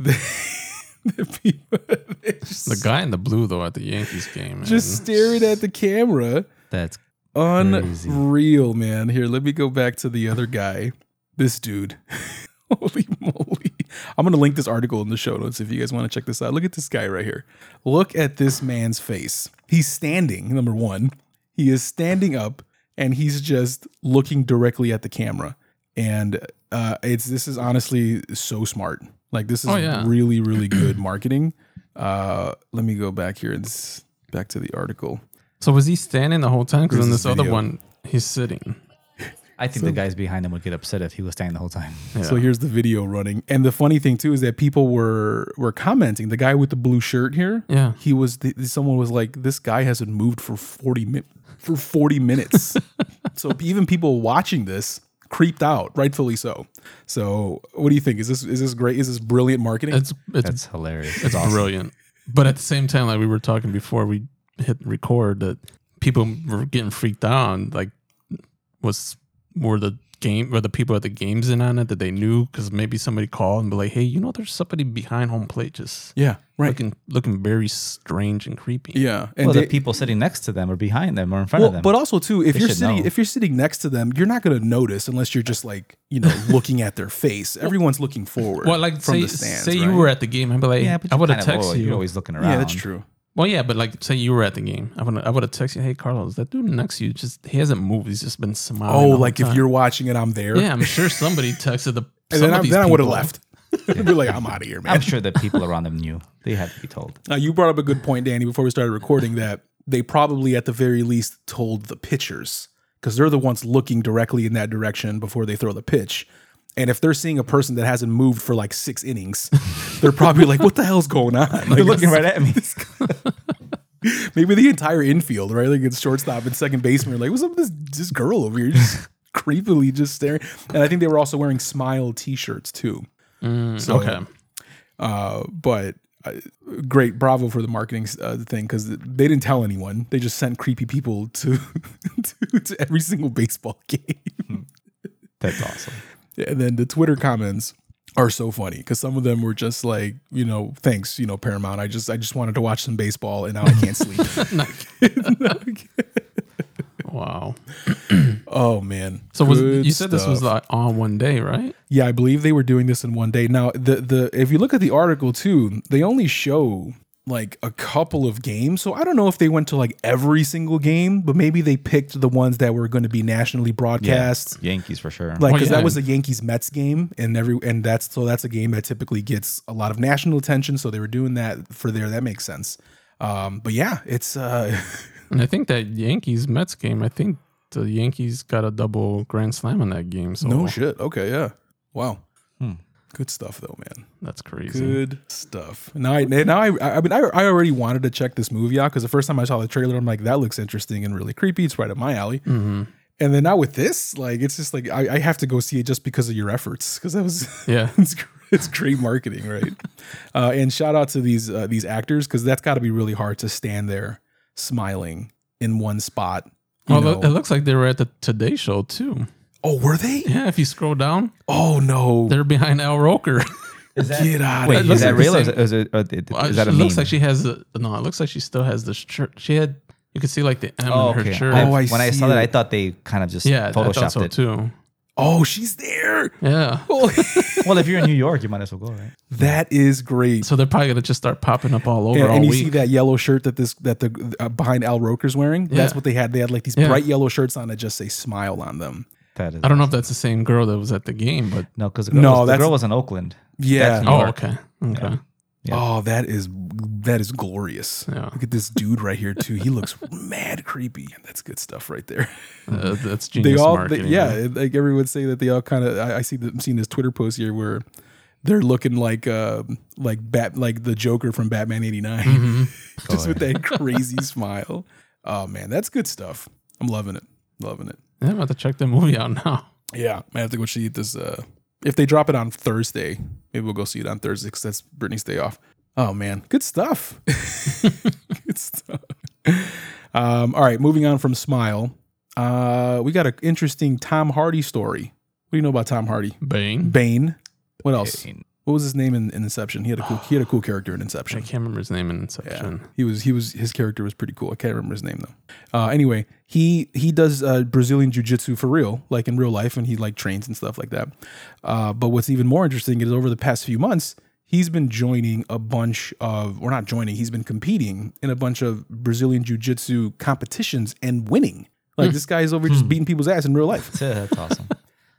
S2: the people, <laughs> they're just-
S4: The guy in the blue though at the Yankees game. man.
S2: just staring at the camera.
S3: That's
S2: Unreal, man. Here, let me go back to the other guy. This dude. <laughs> Holy moly. I'm going to link this article in the show notes if you guys want to check this out. Look at this guy right here. Look at this man's face. He's standing, number one. He is standing up and he's just looking directly at the camera. And uh, it's this is honestly so smart. Like this is
S4: Oh, yeah.
S2: really, really good <clears throat> marketing. Uh, let me go back here and s- back to the article.
S4: So was he standing the whole time? Because in
S2: This
S4: this other
S2: video.
S4: one, he's sitting.
S3: I think the guys behind him would get upset if he was standing the whole time.
S2: So here's the video running, and the funny thing too is that people were were commenting. The guy with the blue shirt here,
S4: Yeah.
S2: he was. The, someone was like, "This guy hasn't moved for forty mi- for forty
S4: <laughs>
S2: minutes." so even people watching this creeped out, rightfully so. So what do you think? Is this is this great? Is this brilliant marketing?
S4: It's it's
S3: That's hilarious.
S4: it's brilliant. But at the same time, like we were talking before we hit record, that people were getting freaked out. and, Like, was were the game were the people at the games in on it that they knew? Because maybe somebody called and be like, "Hey, you know, there's somebody behind home plate just
S2: yeah, right.
S4: looking looking very strange and creepy."
S2: Yeah, and
S3: Well,
S2: they-
S3: the people sitting next to them or behind them or in front
S2: Well,
S3: of them.
S2: but also too, if
S3: They
S2: you're
S3: should
S2: sitting
S3: know.
S2: if you're sitting next to them, you're not going to notice unless you're just like you
S4: <laughs>
S2: know looking at their face. Everyone's looking forward.
S4: Well, like say, say you
S2: right?
S4: were at the game, I'd be like,
S3: yeah, but
S4: I would have
S3: kind of
S4: texted
S3: always-
S4: you.
S3: You're always looking around.
S2: yeah, that's true.
S4: Well, yeah, but like, say you were at the game, I would I would have texted you, "Hey, Carlos, that dude next to you just he hasn't moved. He's just been smiling."
S2: Oh,
S4: the whole
S2: like if
S4: time."
S2: you're watching it, I'm there.
S4: yeah, I'm sure somebody texted the.
S2: <laughs> And
S4: some
S2: then,
S4: of
S2: I,
S4: these
S2: then I would have
S4: people.
S2: left. <laughs> I'd be like, I'm out of here, man.
S3: I'm sure the people around them knew. They had to be told.
S2: Now, you brought up a good point, Danny, before we started recording that they probably, at the very least, told the pitchers because they're the ones looking directly in that direction before they throw the pitch. And if they're seeing a person that hasn't moved for like six <laughs> innings, they're probably like, what the hell's going <laughs> on? Like,
S3: They're looking right
S4: <laughs>
S3: at me.
S2: Maybe the entire infield, right? Like it's shortstop and second baseman. are Like, what's up with this this girl over here? <laughs> Just creepily just staring. And I think they were also wearing smile t-shirts too. so,
S4: Okay,
S2: Uh, but uh, great, bravo for the marketing uh, thing because they didn't tell anyone. They just sent creepy people to <laughs> to, to every single baseball <laughs> game.
S3: That's awesome.
S2: And then the Twitter comments are so funny because some of them were just like, you know, thanks, you know, Paramount. I just I just wanted to watch some baseball and now I
S4: <laughs>
S2: can't sleep. <laughs>
S4: wow.
S2: Oh man.
S4: So was
S2: Good
S4: you said this was
S2: stuff.
S4: like on one day, right?
S2: Yeah, I believe they were doing this in one day. Now, the the if you look at the article too, they only show like a couple of games. So I don't know if they went to like every single game, but maybe they picked the ones that were going to be nationally broadcast.
S3: Yankees for sure.
S2: Like
S4: Well,
S2: cuz that
S4: yeah.
S2: was a Yankees Mets game and every and that's so that's a game that typically gets a lot of national attention, so they were doing that for there. That makes sense. Um, but yeah, it's uh <laughs>
S4: And I think that Yankees Mets game. I think the Yankees got a double grand slam in that game. So Hmm.
S2: no shit. Okay, yeah. Wow. Good stuff though, man.
S4: That's crazy.
S2: Good stuff. Now, I, now I, I mean, I, I already wanted to check this movie out because the first time I saw the trailer, I'm like, that looks interesting and really creepy. It's right up my alley.
S4: hmm
S2: And then now with this, like, it's just like I, I have to go see it just because of your efforts because that was <laughs>
S4: Yeah.
S2: it's gr- it's great marketing,
S3: <laughs>
S2: right? uh, and shout out to these uh, these actors because that's got to be really hard to stand there smiling in one spot. you
S4: Well, it
S2: know.
S4: looks like they were at the Today Show too.
S2: oh, were they?
S4: Yeah, if you scroll down,
S2: Oh no!
S4: they're behind Al Roker. <laughs>
S3: Is that,
S2: Get out
S3: wait,
S2: of
S4: looks
S3: is
S2: here!
S3: that
S4: like the
S3: real? Or is,
S4: same-
S3: is, it, or did-
S4: Well,
S3: is that a
S4: it
S3: meme?
S4: looks like she has the no. It looks like she still has the shirt. She had. You could see like the M
S3: oh,
S4: in her
S3: okay.
S4: shirt.
S3: I,
S2: Oh, I
S3: when I
S2: see
S3: saw that, I
S2: it.
S3: thought they kind of just
S4: yeah, I
S3: photoshopped
S4: thought so
S3: it.
S4: too.
S2: Oh, she's there.
S4: Yeah.
S2: Oh,
S3: Well, if you're in New York, you might as well go, right?
S2: that is great.
S4: So they're probably gonna just start popping up all over
S2: and,
S4: all
S2: and you
S4: week.
S2: see that yellow shirt that this that the uh, behind Al Roker's wearing. That's
S4: Yeah.
S2: what they had. They had like these
S4: Yeah.
S2: bright yellow shirts on that just say "smile" on them.
S3: That is.
S4: I don't know if that's the same girl that was at the game, but
S3: No, because the, girl
S2: No,
S3: was- the
S2: that's-
S3: girl was in Oakland.
S2: Yeah.
S3: That's New
S4: oh,
S3: York.
S4: okay, okay.
S3: Yeah.
S2: Oh, that is that is glorious.
S4: Yeah.
S2: Look at this dude right here too. He looks <laughs> mad creepy. That's good stuff right there.
S4: Uh, that's genius
S2: they all, they-
S4: marketing.
S2: yeah, like everyone say that they all kind of. I, I see them seeing this Twitter post here where they're looking like uh like bat like the Joker from Batman '89,
S4: <laughs> Mm-hmm.
S2: just with
S4: Oh,
S2: that crazy <laughs> smile. Oh man, that's good stuff. I'm loving it. Loving it.
S4: Yeah, I'm about to check that movie out now. <laughs>
S2: Yeah, I have to go see it this. Uh, if they drop it on Thursday, maybe we'll go see it on Thursday because that's Britney's day off. Oh man, good stuff. <laughs> good stuff. Um, all right, moving on from Smile, uh, we got an interesting Tom Hardy story. What do you know about Tom Hardy?
S4: Bane.
S2: Bane. What else?
S3: <laughs> Bane.
S2: What was his name in, in Inception? He had a cool. he had a cool character in
S4: I
S2: Inception.
S4: can't remember his name in
S2: Yeah,
S4: Inception.
S2: he was he was his character was pretty cool. I can't remember his name though. Uh, anyway, he he does uh, Brazilian jiu jitsu for real, like in real life, and he like trains and stuff like that. Uh, but what's even more interesting is over the past few months, he's been joining a bunch of or not joining, he's been competing in a bunch of Brazilian jiu jitsu competitions and winning. Like this guy is over here just beating people's ass in real life.
S3: Yeah, that's awesome.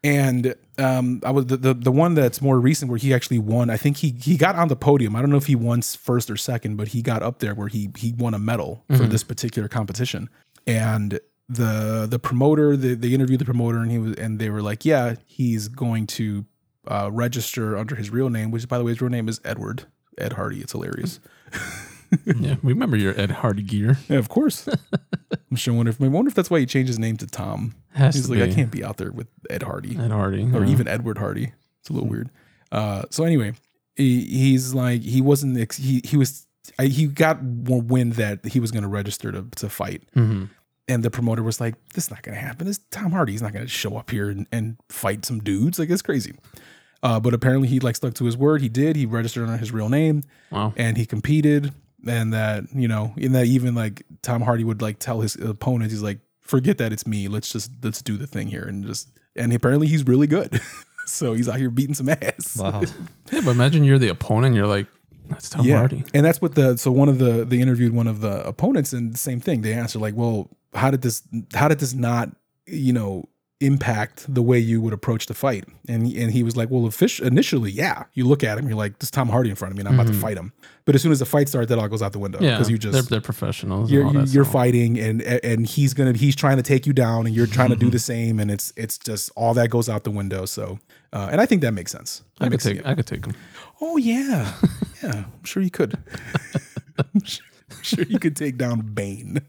S2: And um, I was the, the the one that's more recent where he actually won. I think he he got on the podium. I don't know if he won s- first or second, but he got up there where he he won a medal for
S4: Mm-hmm.
S2: this particular competition. And the the promoter the, they interviewed the promoter and he was and they were like, yeah, he's going to uh, register under his real name, which by the way, his real name is Edward Ed Hardy. It's
S4: <laughs>
S2: hilarious.
S4: Yeah, remember your Ed Hardy gear?
S2: Yeah, of course. I'm sure. Wonder if I wonder if that's why he changed his name to Tom.
S4: Has
S2: He's
S4: to
S2: like, I
S4: be.
S2: can't be out there with Ed Hardy
S4: Ed Hardy,
S2: or
S4: yeah.
S2: even Edward Hardy. It's a little weird. Uh, so anyway, he, he's like he wasn't ex- he he was I, he got more wind that he was going to register to to fight,
S4: Mhm.
S2: and the promoter was like, "This is not going to happen. This Tom Hardy. He's not going to show up here and, and fight some dudes. Like it's crazy." Uh, but apparently, he like stuck to his word. He did. He registered under his real name
S4: Wow.
S2: and he competed and that you know in that even like tom hardy would like tell his opponents he's like forget that it's me let's just let's do the thing here and just and apparently he's really good <laughs> so he's out here beating some ass
S4: <laughs>
S3: Wow.
S4: Yeah, but imagine you're the opponent. You're like, that's Tom
S2: yeah
S4: Hardy.
S2: and that's what the so one of the they interviewed one of the opponents and the same thing they asked her like well how did this how did this not you know impact the way you would approach the fight and and he was like well fish initially yeah you look at him you're like this is tom hardy in front of me and i'm about to fight him but as soon as the fight starts that all goes out the window
S4: Mm-hmm. Yeah,
S2: because you
S4: they're,
S2: just
S4: they're professionals. and
S2: you're,
S4: all
S2: you-
S4: that
S2: you're
S4: stuff.
S2: fighting and and he's gonna he's trying to take you down and you're trying to do
S4: <laughs>
S2: the same and it's it's just all that goes out the window so uh, and i think that makes sense
S4: I
S2: That
S4: could
S2: makes
S4: take. I could take him.
S2: oh yeah yeah i'm sure you could I'm sure- I'm sure you could take down bane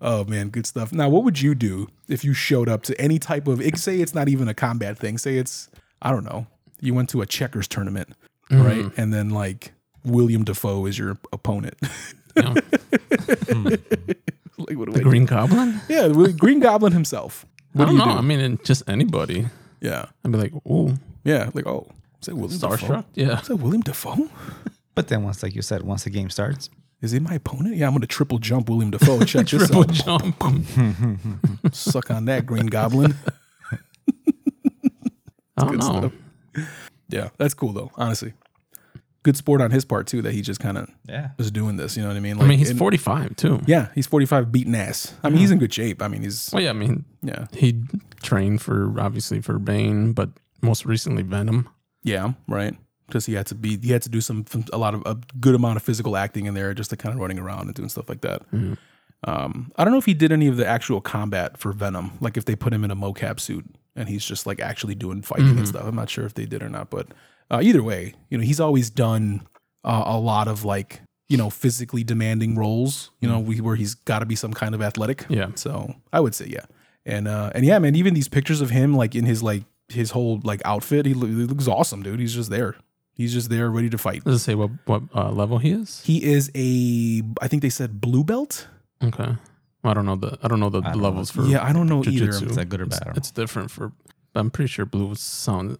S2: oh man good stuff now what would you do if you showed up to any type of it- say it's not even a combat thing say it's i don't know you went to a checkers tournament
S4: Mm-hmm.
S2: right and then like william defoe is your opponent <laughs>
S4: Yeah.
S2: like what do
S4: the
S2: I do?
S4: Green Goblin.
S2: Yeah, the Green Goblin himself.
S4: I
S2: What
S4: don't
S2: do you
S4: know.
S2: do?
S4: I mean, and just anybody.
S2: yeah,
S4: I'd be like, ooh,
S2: yeah. Like, oh, is that William Defoe?
S4: starstruck. Yeah.
S2: Is that William Defoe?
S3: But then once, like you said, once the game starts,
S2: Is he my opponent? Yeah, I'm gonna triple jump William
S4: <laughs>
S2: Defoe. Check <laughs> this
S4: Triple
S2: out.
S4: jump.
S2: Suck on that Green Goblin.
S4: I don't know.
S2: yeah, that's cool though. Honestly, good sport on his part too that he just kind of
S3: yeah,
S2: was doing this. You know what I mean?
S4: I
S2: Like,
S4: mean, he's
S2: and-
S4: 45 too.
S2: Yeah, he's 45, beating ass. I mean, he's in good shape. I mean, he's
S4: Well, yeah. I mean,
S2: yeah,
S4: he trained for obviously for Bane, but most recently Venom.
S2: yeah, right. Because he had to be, he had to do some, some- a lot of a good amount of physical acting in there, just to kind of running around and doing stuff like that. Um, I don't know if he did any of the actual combat for Venom, like if they put him in a mocap suit and he's just like actually doing fighting and stuff. I'm not sure if they did or not, but uh, either way, you know, he's always done uh, a lot of like you know physically demanding roles. You know, we, where he's got to be some kind of athletic.
S4: Yeah.
S2: So I would say yeah, and uh, and yeah, man, even these pictures of him like in his like his whole like outfit, he, loo- he looks awesome, dude. He's just there. He's just there, ready to fight.
S4: Does it say what what uh, level he is?
S2: He is a, I think they said blue belt.
S4: Okay. Well, I don't know the I don't know the
S3: I don't
S4: levels for
S2: yeah, I don't know either.
S4: jujitsu.
S3: Is that good or bad? I don't
S4: It's different for. I'm pretty sure blue sound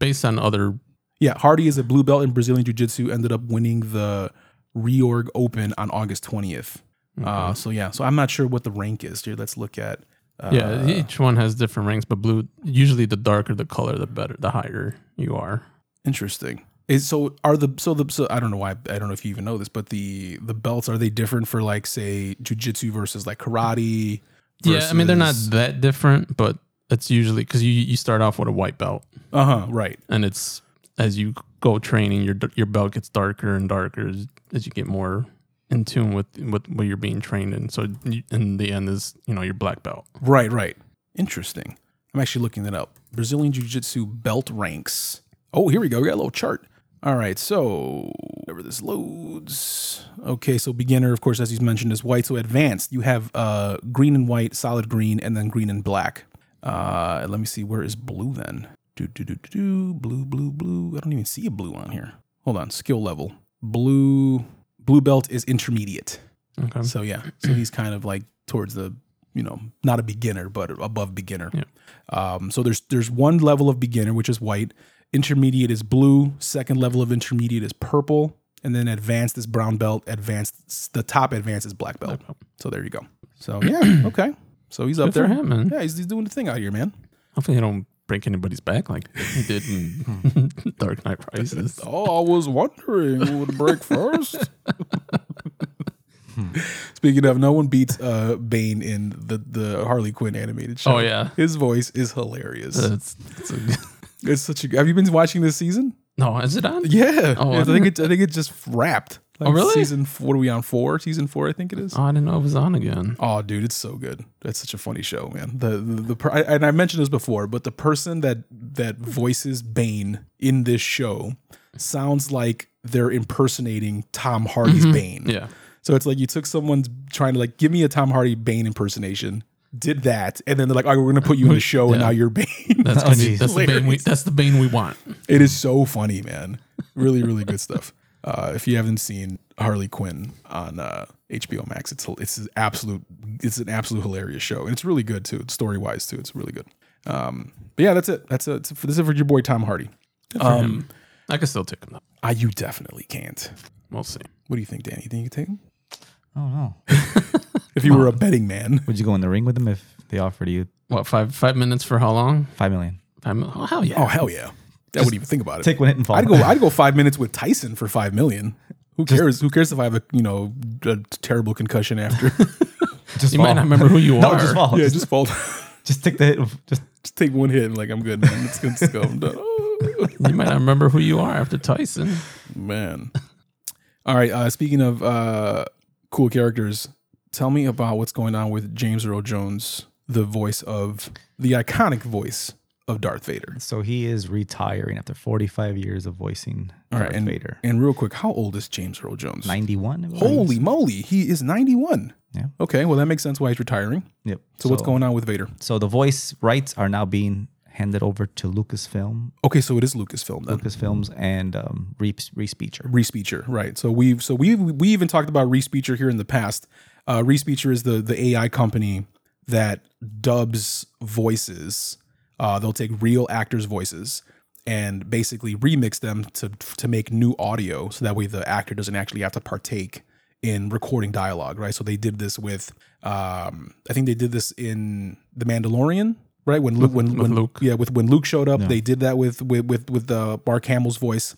S4: based on other.
S2: Yeah, Hardy is a blue belt in Brazilian Jiu Jitsu, ended up winning the Reorg Open on August 20th.
S4: Mm-hmm.
S2: Uh, so, yeah, so I'm not sure what the rank is, dude. Let's look at. Uh,
S4: yeah, each one has different ranks, but blue usually the darker the color, the better, the higher you are.
S2: Interesting. Is, so are the so the so I don't know why I don't know if you even know this, but the the belts are they different for like say jujitsu versus like karate?
S4: yeah, I mean they're not
S2: versus-
S4: that different, but it's usually because you you start off with a white belt,
S2: Uh huh. Right.
S4: and it's as you go training, your your belt gets darker and darker as, as you get more in tune with with what you're being trained in. So you- in the end is you know your black belt.
S2: Right, right. Interesting. I'm actually looking that up. Brazilian Jiu Jitsu belt ranks. Oh, here we go. We got a little chart. All right, so whatever this loads. Okay, so beginner, of course, as you mentioned, is white. So advanced, you have uh, green and white, solid green, and then green and black. Uh, let me see, where is blue then? Do, do, do, do, do, blue, blue, blue. I don't even see a blue on here. Hold on, skill level. Blue, blue belt is intermediate.
S4: Okay.
S2: So yeah, so he's kind of like towards the you know not a beginner but above beginner.
S4: Yeah.
S2: Um, so there's there's one level of beginner which is white, intermediate is blue, second level of intermediate is purple, and then advanced is brown belt. Advanced the top advanced is black belt. So there you go.
S4: <clears throat>
S2: So yeah, okay. So he's up
S4: Good for
S2: there.
S4: him, man.
S2: Yeah, he's, he's doing the thing out here, man.
S4: Hopefully, he don't break anybody's back like he did
S2: <laughs>
S4: in Dark Knight <laughs> Rises.
S2: Oh, I was wondering who would break
S4: <laughs>
S2: first. Speaking of, no one beats uh, Bane in the, the Harley Quinn animated show.
S4: Oh, yeah.
S2: his voice is hilarious.
S4: That's- that's a-
S2: it's such a. Have you been watching this season?
S4: no, is it on?
S2: Yeah,
S4: Oh,
S2: I
S4: I
S2: think it, I think it just wrapped. Like
S4: Oh, really?
S2: Season four? What are we on four? Season four, I think it is.
S4: Oh, I didn't know it was on again.
S2: Oh, dude, it's so good. That's such a funny show, man. The the, the per- and I mentioned this before, but the person that that voices Bane in this show sounds like they're impersonating Tom Hardy's Bane.
S4: Mm-hmm. Yeah.
S2: So it's like you took someone's trying to like give me a Tom Hardy Bane impersonation, did that, and then they're like, "All right, we're gonna put you
S4: <laughs>
S2: in the show, and now you're Bane." <laughs>
S4: That's, gonna be,
S3: geez.
S4: that's the bane we that's the bane we want.
S2: It is so funny, man. Really, really good stuff. <laughs> Uh, if you haven't seen Harley Quinn on uh, HBO Max, it's it's an absolute it's an absolute hilarious show, and it's really good too. Story wise too, it's really good. Um, but yeah, that's it. That's it. This is for your boy Tom Hardy. Um,
S4: I can still take him though.
S2: ah, you definitely can't.
S4: We'll see.
S2: What do you think, Danny? You think you can take him?
S3: know.
S2: If you were a betting man, <laughs>
S3: Would you go in the ring with them if they offered you
S4: What five five minutes for how long?
S3: five million?
S4: Five minutes. Oh hell yeah.
S2: oh hell yeah, I wouldn't even think about it.
S3: Take one hit and fall.
S2: I'd
S3: <laughs>
S2: go. I'd go five minutes with Tyson for five million. Who cares? Who cares if I have a you know a terrible concussion
S3: <laughs>
S2: after?
S3: just
S4: you might
S3: fall.
S4: not remember who
S3: <laughs>
S4: you
S3: no,
S4: are.
S3: just fall.
S2: <laughs> yeah,
S3: just,
S2: just fall.
S3: just take the hit. of- Just
S2: just take one hit and like I'm good, man. It's good to go. <laughs> I'm done. Oh,
S4: You might not remember who you are after Tyson.
S2: man. All right. Uh, speaking of uh, cool characters, tell me about what's going on with James Earl Jones, the voice of the iconic voice of Darth Vader.
S3: so he is retiring after 45 years of voicing
S2: All right,
S3: Darth
S2: and
S3: Vader.
S2: and real quick, how old is James Earl Jones?
S3: 91. I believe.
S2: Holy moly, he is 91.
S3: Yeah.
S2: Okay, well that makes sense why he's retiring.
S3: Yep.
S2: So, what's going on with Vader?
S3: So the voice rights are now being handed over to Lucasfilm,
S2: Okay, so it is Lucasfilm then.
S3: Lucasfilms, and um, Reese Reese Beecher.
S2: Reese Beecher, right? So we've so we we even talked about Reese Beecher here in the past. Uh, Reese Beecher is the the AI company that dubs voices. Uh, they'll take real actors' voices and basically remix them to to make new audio, so that way the actor doesn't actually have to partake in recording dialogue, right? So they did this with, um, I think they did this in The Mandalorian, right? When Luke, when when
S4: Luke.
S2: yeah, with when Luke showed up, they did that with with with with uh, Mark Hamill's voice.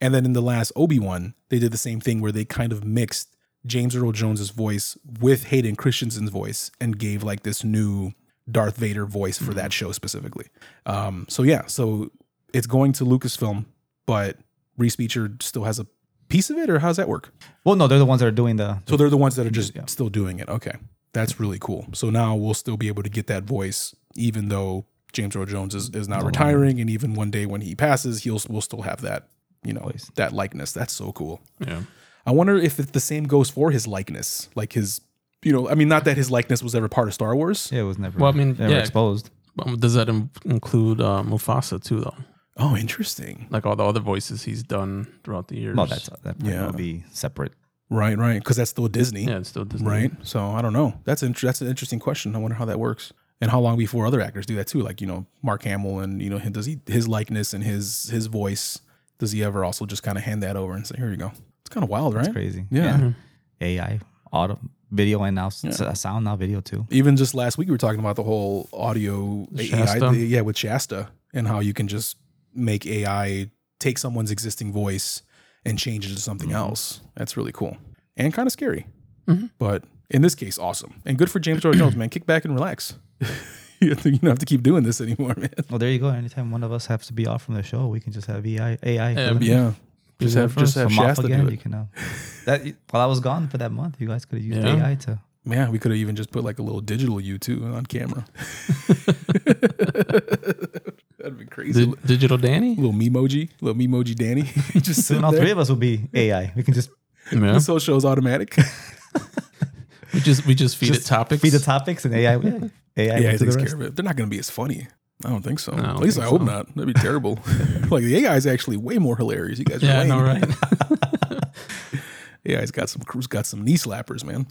S2: And then in the last Obi Wan, they did the same thing where they kind of mixed James Earl Jones's voice with Hayden Christensen's voice and gave like this new Darth Vader voice for that show specifically. Um, so yeah, so it's going to Lucasfilm, but Reese Beecher still has a piece of it, or how's that work?
S3: Well, no, they're the ones that are doing the.
S2: So they're the ones that are just still doing it. Okay, that's really cool. So now we'll still be able to get that voice, even though James Earl Jones is,
S3: Oh,
S2: is not retiring, and even one day when he passes, he'll we'll still have that you know
S3: Voice.
S2: that likeness. That's so cool.
S4: Yeah.
S2: I wonder if it, the same goes for his likeness, like his you know. I mean, not that his likeness was ever part of Star Wars.
S3: Yeah, it was never.
S4: Well, I mean,
S3: never
S4: yeah.
S3: exposed.
S4: Um, Does that in- include uh, Mufasa too, though?
S2: Oh, interesting.
S4: Like all the other voices he's done throughout the years.
S3: No, that's that
S2: Yeah.
S3: yeah. would be separate.
S2: Right, right. Because that's still Disney.
S4: yeah, it's still Disney.
S2: right? Mm-hmm. So I don't know. That's int- that's an interesting question. I wonder how that works and how long before other actors do that too. Like you know Mark Hamill and you know him- does he his likeness and his his voice does he ever also just kind of hand that over and say here you go? It's kind of wild, right?
S3: It's crazy.
S2: Yeah.
S3: AI, auto, video, and now s- s- sound, now video too.
S2: Even just last week we were talking about the whole audio AI,
S4: Shasta.
S2: yeah, with Shasta and how you can just make AI take someone's existing voice and change it to something else. That's really cool and kind of scary, but in this case, awesome and good for James Earl Jones, man. Kick back and relax. <laughs> you have to- you don't have to keep doing this anymore, man.
S3: Well, there you go. Anytime one of us has to be off from the show, we can just have E AI. AI
S4: Yeah,
S3: fill in.
S4: but
S2: Yeah, just
S4: that
S2: have just
S4: first.
S2: have
S3: I'm off
S2: Shasta do
S3: again. You
S2: it.
S3: can uh, that while I was gone for that month, you guys could have used
S4: Yeah.
S3: AI to.
S2: Yeah, we could have even just put like a little digital you too on <laughs> camera. That'd be crazy.
S4: Di-
S2: <laughs>
S4: Digital Danny?
S2: little memoji, little memoji
S4: <laughs>
S2: Danny. He just
S3: So
S2: sitting
S3: all
S2: there.
S3: three of us will be AI. We can just
S4: Yeah.
S2: This whole show's automatic.
S4: We just we just feed it topics.
S3: feed the topics and AI. yeah,
S2: <laughs> yeah,
S3: AI yeah,
S2: it
S3: to the
S2: takes
S3: rest.
S2: care of it. They're not going to be as funny. I don't think so.
S4: I don't
S2: At least I
S4: think
S2: hope
S4: so.
S2: not. That'd be terrible. <laughs> like the AI is actually way more hilarious. You guys are
S4: Yeah, I
S2: lame.
S4: know, right?
S2: AI's got some crew's got some knee slappers, man.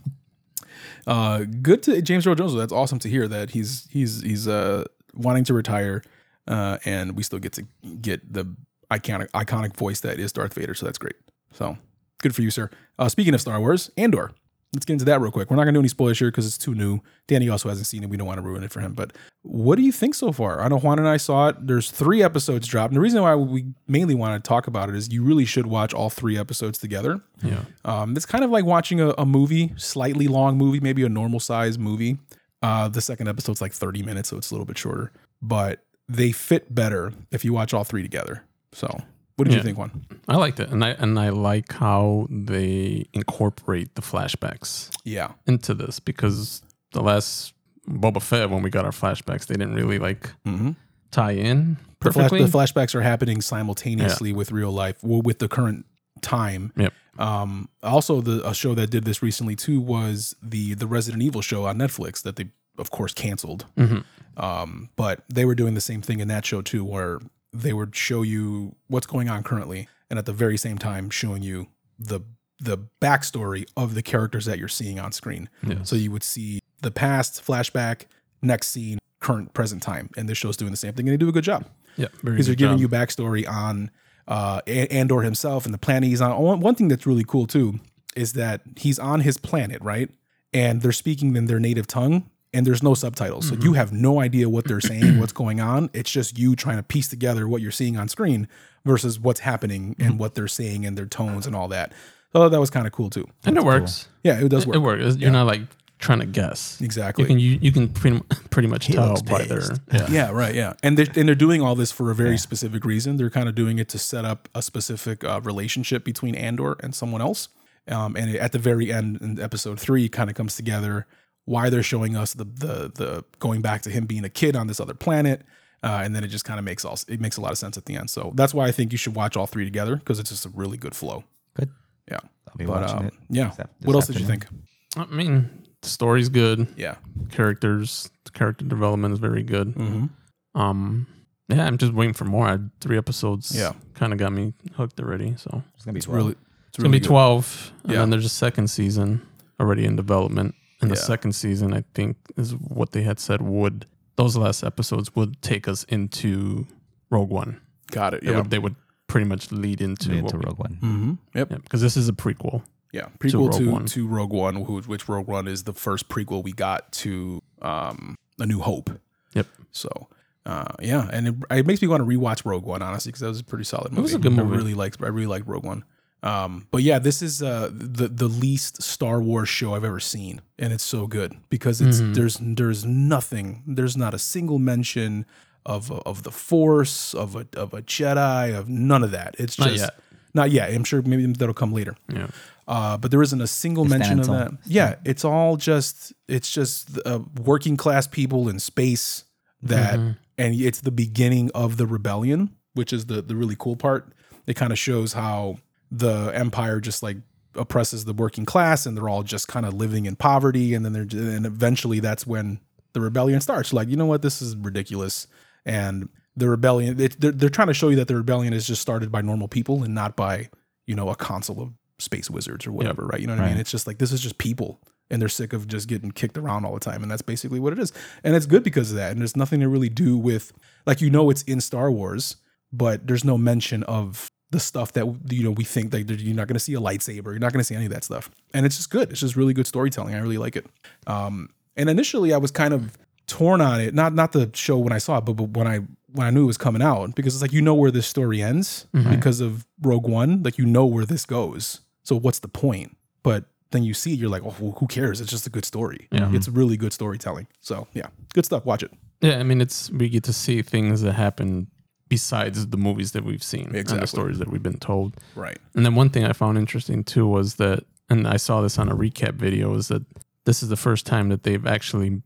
S2: Uh, good to James Earl Jones. though. That's awesome to hear that he's he's he's uh wanting to retire, uh, and we still get to get the iconic iconic voice that is Darth Vader. So that's great. So good for you, sir. Uh, speaking of Star Wars, Andor. Let's get into that real quick. We're not going to do any spoilers here because it's too new. Danny also hasn't seen it. We don't want to ruin it for him. But what do you think so far? I know Juan and I saw it. There's three episodes dropped. And the reason why we mainly want to talk about it is you really should watch all three episodes together.
S4: yeah.
S2: Um, it's kind of like watching a, a movie, slightly long movie, maybe a normal size movie. Uh, the second episode's like 30 minutes, so it's a little bit shorter, but they fit better if you watch all three together. So, what did you
S4: Yeah.
S2: think, one?
S4: I liked it. And I and I like how they incorporate the flashbacks
S2: Yeah,
S4: into this because the last Boba Fett when we got our flashbacks, they didn't really like
S2: Mhm.
S4: tie in
S2: the, flash, the
S4: perfectly.
S2: flashbacks are happening simultaneously with real life, well, with the current time.
S4: Yep.
S2: Um, also, the a show that did this recently too was the the Resident Evil show on Netflix that they of course canceled.
S4: Mhm.
S2: Um, but they were doing the same thing in that show too, where they would show you what's going on currently, and at the very same time showing you the the backstory of the characters that you're seeing on screen.
S4: Yes.
S2: So you would see the past flashback, next scene, current present time, and this show's doing the same thing, and they do a good job
S4: yeah, very
S2: because they're
S4: good
S2: giving
S4: job.
S2: you backstory on uh, A- Andor himself and the planet he's on. One, one thing that's really cool too is that he's on his planet, right? And they're speaking in their native tongue, and there's no subtitles, so you have no idea what they're saying, what's going on. It's just you trying to piece together what you're seeing on screen versus what's happening and what they're saying and their tones and all that. So that was kind of cool too.
S4: and it works.
S2: Yeah, it does work.
S4: It works. You're not like trying to guess.
S2: Exactly.
S4: You can you, you can pretty, mu- <laughs> pretty much tell
S3: looks
S4: by their
S3: pissed.
S4: yeah.
S2: Yeah, right. Yeah, and they're and they're doing all this for a very specific reason. They're kind of doing it to set up a specific uh, relationship between Andor and someone else. Um, and at the very end, in episode three, kind of comes together why they're showing us the the the going back to him being a kid on this other planet. Uh, and then it just kind of makes all it makes a lot of sense at the end. So that's why I think you should watch all three together because it's just a really good flow.
S3: Good.
S2: Yeah.
S3: I'll be
S2: But
S3: watching
S2: um,
S3: it.
S2: yeah,
S3: this ap- this
S2: what else did you
S3: afternoon.
S2: think?
S4: I mean, the story's good.
S2: Yeah,
S4: Characters, the character development is very good.
S2: Mhm.
S4: Um, yeah, I'm just waiting for more. I, three episodes.
S2: Yeah.
S4: kind of got me hooked already. So it's
S3: It's gonna be
S2: it's really it's
S4: gonna
S2: really
S4: be
S2: good.
S4: 12, and
S2: Yeah.
S4: then there's a second season already in development. And the
S2: Yeah.
S4: second season, I think, is what they had said would those last episodes would take us into Rogue One.
S2: Got it.
S4: They
S2: Yeah.
S4: would they would pretty much lead into
S3: to,
S4: what we-
S3: Rogue One.
S2: Mhm. Yep.
S4: yeah, because this is a prequel.
S2: Yeah, prequel
S4: Rogue
S2: to to Rogue One,
S4: One.
S2: who, which Rogue One is the first prequel we got to um, A New Hope.
S4: Yep.
S2: So, uh, yeah, and it, it makes me want to rewatch Rogue One honestly because that was a pretty solid movie.
S4: was a good
S2: I
S4: movie.
S2: really liked. I really liked Rogue One. Um, but yeah, this is uh, the the least Star Wars show I've ever seen, and it's so good because it's
S4: Mm-hmm.
S2: there's there's nothing, there's not a single mention of of the Force, of a of a Jedi, of none of that. It's just
S4: Not yet.
S2: not yet. I'm sure maybe that'll come later.
S4: Yeah.
S2: Uh, but there isn't a single
S3: It's
S2: mention of
S3: Danton.
S2: that. Yeah, it's all just it's just uh, working class people in space that and it's the beginning of the rebellion, which is the the really cool part. It kind of shows how the empire just like oppresses the working class, and they're all just kind of living in poverty, and then they're and eventually that's when the rebellion starts. Like you know what, this is ridiculous, and the rebellion it, they're, they're trying to show you that the rebellion is just started by normal people and not by you know a council of space wizards or whatever, right? You know what I mean?
S3: Right.
S2: It's just like this is just people and they're sick of just getting kicked around all the time. And that's basically what it is. And it's good because of that. And there's nothing to really do with like you know it's in Star Wars, but there's no mention of the stuff that you know we think that you're not going to see a lightsaber, you're not going to see any of that stuff. And it's just good. It's just really good storytelling. I really like it. Um, and initially I was kind of torn on it. Not not the show when I saw it, but, but when I when I knew it was coming out because it's like you know where this story ends because of Rogue One. Like you know where this goes. So what's the point? But then you see, it, you're like, oh, well, who cares? It's just a good story.
S4: Yeah.
S2: It's really good storytelling. So yeah, good stuff. Watch it.
S4: Yeah, I mean, it's we get to see things that happen besides the movies that we've seen and
S2: Exactly.
S4: the stories that we've been told.
S2: Right.
S4: And then one thing I found interesting too was that, and I saw this on a recap video, is that this is the first time that they've actually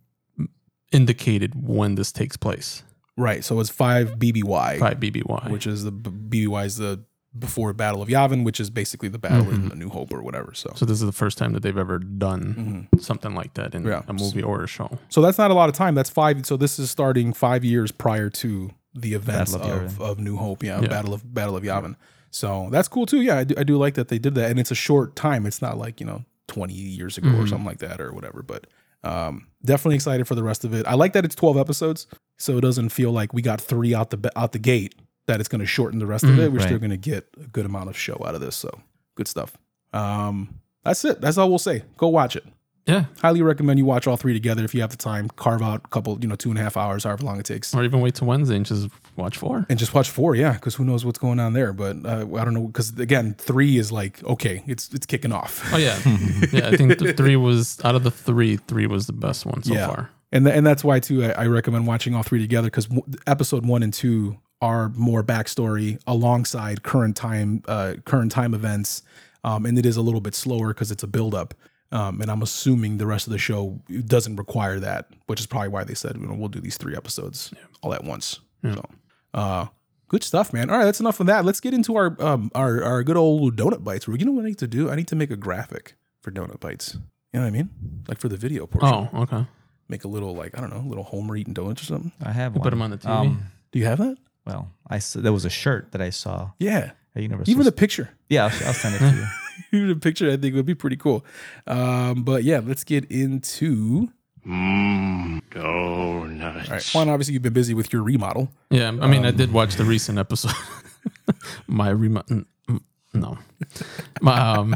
S4: indicated when this takes place
S2: Right. So it's five BBY,
S4: by BBY.
S2: which is the B- BBY is the before Battle of Yavin, which is basically the battle in A New Hope or whatever. Mm-hmm. So Mm-hmm.
S4: so this is the first time that they've ever done something like that in
S2: Hmm. Yeah.
S4: a movie or a show.
S2: so that's not a lot of time. That's five. So this is starting five years prior to the events
S3: Battle of
S2: of, of New Hope. Yeah,
S4: Yeah.
S2: Battle of Battle of Yavin. So that's cool too. Yeah, I do, I do like that they did that, and it's a short time. It's not like you know twenty years ago
S3: Mm-hmm.
S2: or something like that or whatever. But um, definitely excited for the rest of it. I like that it's twelve episodes, so it doesn't feel like we got three out the ba- out the gate. That it's going to shorten the rest of it. We're still
S3: Mm-hmm.
S2: going
S3: right.
S2: to get a good amount of show out of this. So good stuff. Um, that's it. That's all we'll say. Go watch it
S4: Yeah,
S2: highly recommend you watch all three together if you have the time. Carve out a couple, you know, two and a half hours, however long it takes,
S4: or even wait till Wednesday and just
S2: <laughs>
S4: watch four.
S2: and just watch four. Yeah, because who knows what's going on there? But uh, I don't know because again, three is like okay, it's it's kicking off.
S4: Oh yeah, yeah. I think th- three was out of the three, three was the best one so
S2: Yeah.
S4: far.
S2: And th- and that's why too I, I recommend watching all three together because w- episode one and two are more backstory alongside current time uh, current time events, um, and it is a little bit slower because it's a buildup. Um, and I'm assuming the rest of the show doesn't require that, which is probably why they said you know, we'll do these three episodes all at once. So, uh, good stuff, man. All right, that's enough of that. Let's get into our um, our our good old donut bites. You know what I need to do? I need to make a graphic for donut bites. You know what I mean? Like for the video portion
S4: Oh, okay.
S2: make a little like I don't know, little Homer eating donuts or something.
S3: I have one.
S4: You
S3: Um,
S4: put them on the TV.
S2: Do you have that?
S3: well, I s- there was a shirt that I saw
S2: Yeah,
S3: at Universal.
S2: even the picture. <laughs>
S3: yeah, I'll, I'll send it to you.
S2: Even the picture, I think would be pretty cool. Um, but yeah, let's get into.
S5: Donuts.
S2: All right, Juan. Obviously, you've been busy with your remodel.
S4: Yeah, I mean, I
S2: Um,
S4: did watch the recent episode. <laughs> My remo- n- n- no, My, um,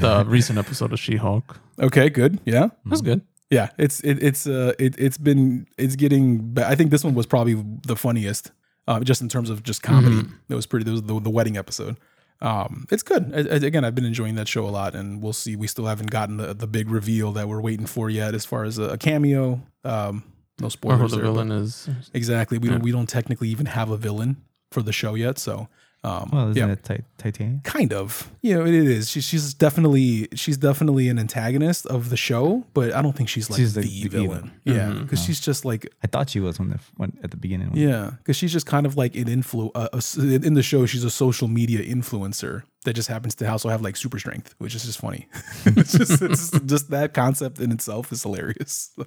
S4: the recent episode of She-Hulk
S2: Okay, good. Yeah,
S4: It was good.
S2: yeah. It's it, it's uh it it's been it's getting. Ba- I think this one was probably the funniest, uh, just in terms of just comedy.
S3: Mm-hmm.
S2: It was pretty. It was the, the wedding episode. Um, it's good. I, I- again, I've been enjoying that show a lot, and we'll see. We still haven't gotten the, the big reveal that we're waiting for yet, as far as a, a cameo. Um,
S3: Oh,
S2: no
S4: Or who
S2: spoilers.
S4: the
S2: there, but-
S4: villain is?
S2: Exactly. We don't, we don't technically even have a villain for the show yet, so um,
S3: Well, isn't
S2: yeah,
S3: it Ti- Titania?
S2: kind of. You know, it is. She, she's definitely she's definitely an antagonist of the show, but I don't think she's like
S3: She's
S2: the,
S3: like the
S2: villain. Mm-hmm.
S3: evil.
S2: Yeah, because she's just like
S3: I thought she was when the f- when, at the beginning. When,
S2: yeah, because she's just kind of like an influ. Uh, a s- in the show, she's a social media influencer that just happens to also have like super strength, which is just funny. <laughs> it's just, it's just that concept in itself is hilarious. <laughs> So,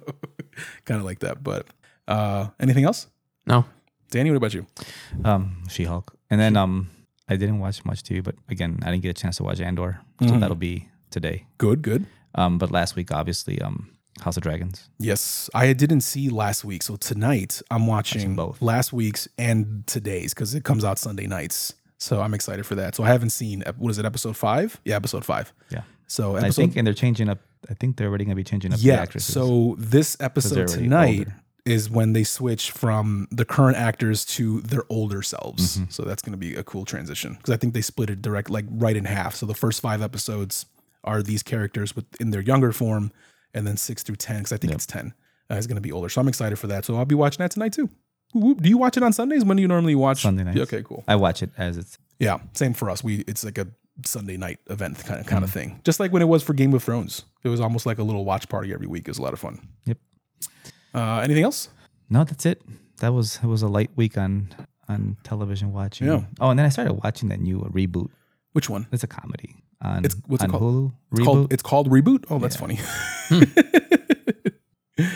S2: kind of like that. But uh, anything else,
S4: No,
S2: Danny? What about you?
S3: Um, She Hulk, and then um, I didn't watch much too, but again, I didn't get a chance to watch Andor,
S2: Mm-hmm.
S3: so that'll be today.
S2: Good, good.
S3: Um, but last week, obviously, um, House of Dragons.
S2: Yes, I didn't see last week, so tonight I'm watching
S3: both.
S2: last week's and today's because it comes out Sunday nights. So I'm excited for that. So I haven't seen ep- what is it, episode five? Yeah, episode five.
S3: Yeah,
S2: So
S3: And I
S2: episode
S3: think, and they're changing up. I think they're already gonna be changing up the
S2: yeah.
S3: actresses.
S2: So this episode
S3: they're already
S2: tonight
S3: older.
S2: is when they switch from the current actors to their older selves.
S3: Mm-hmm.
S2: So that's going to be a cool transition because I think they split it direct, like right in half. So the first five episodes are these characters with in their younger form, and then six through ten because I think it's ten uh, is going to be older. So I'm excited for that. So I'll be watching that tonight too. Whoop, whoop. Do you watch it on Sundays? When do you normally watch?
S3: Sunday nights.
S2: Okay, cool.
S3: I watch it as it's
S2: Yeah, same for us. We it's like a Sunday night event kind of kind
S3: Mm-hmm.
S2: of thing. Just like when it was for Game of Thrones, it was almost like a little watch party every week. It was a lot of fun.
S3: Yep.
S2: Uh, anything else?
S3: no, that's it. that was it was a light week on on television watching.
S2: Yeah.
S3: Oh, and then I started watching that new reboot.
S2: Which one?
S3: It's a comedy on
S2: It's- what's it
S3: on
S2: called?
S3: Hulu.
S2: It's
S3: reboot. Hmm.
S2: called, it's called Reboot. Oh, that's funny. <laughs>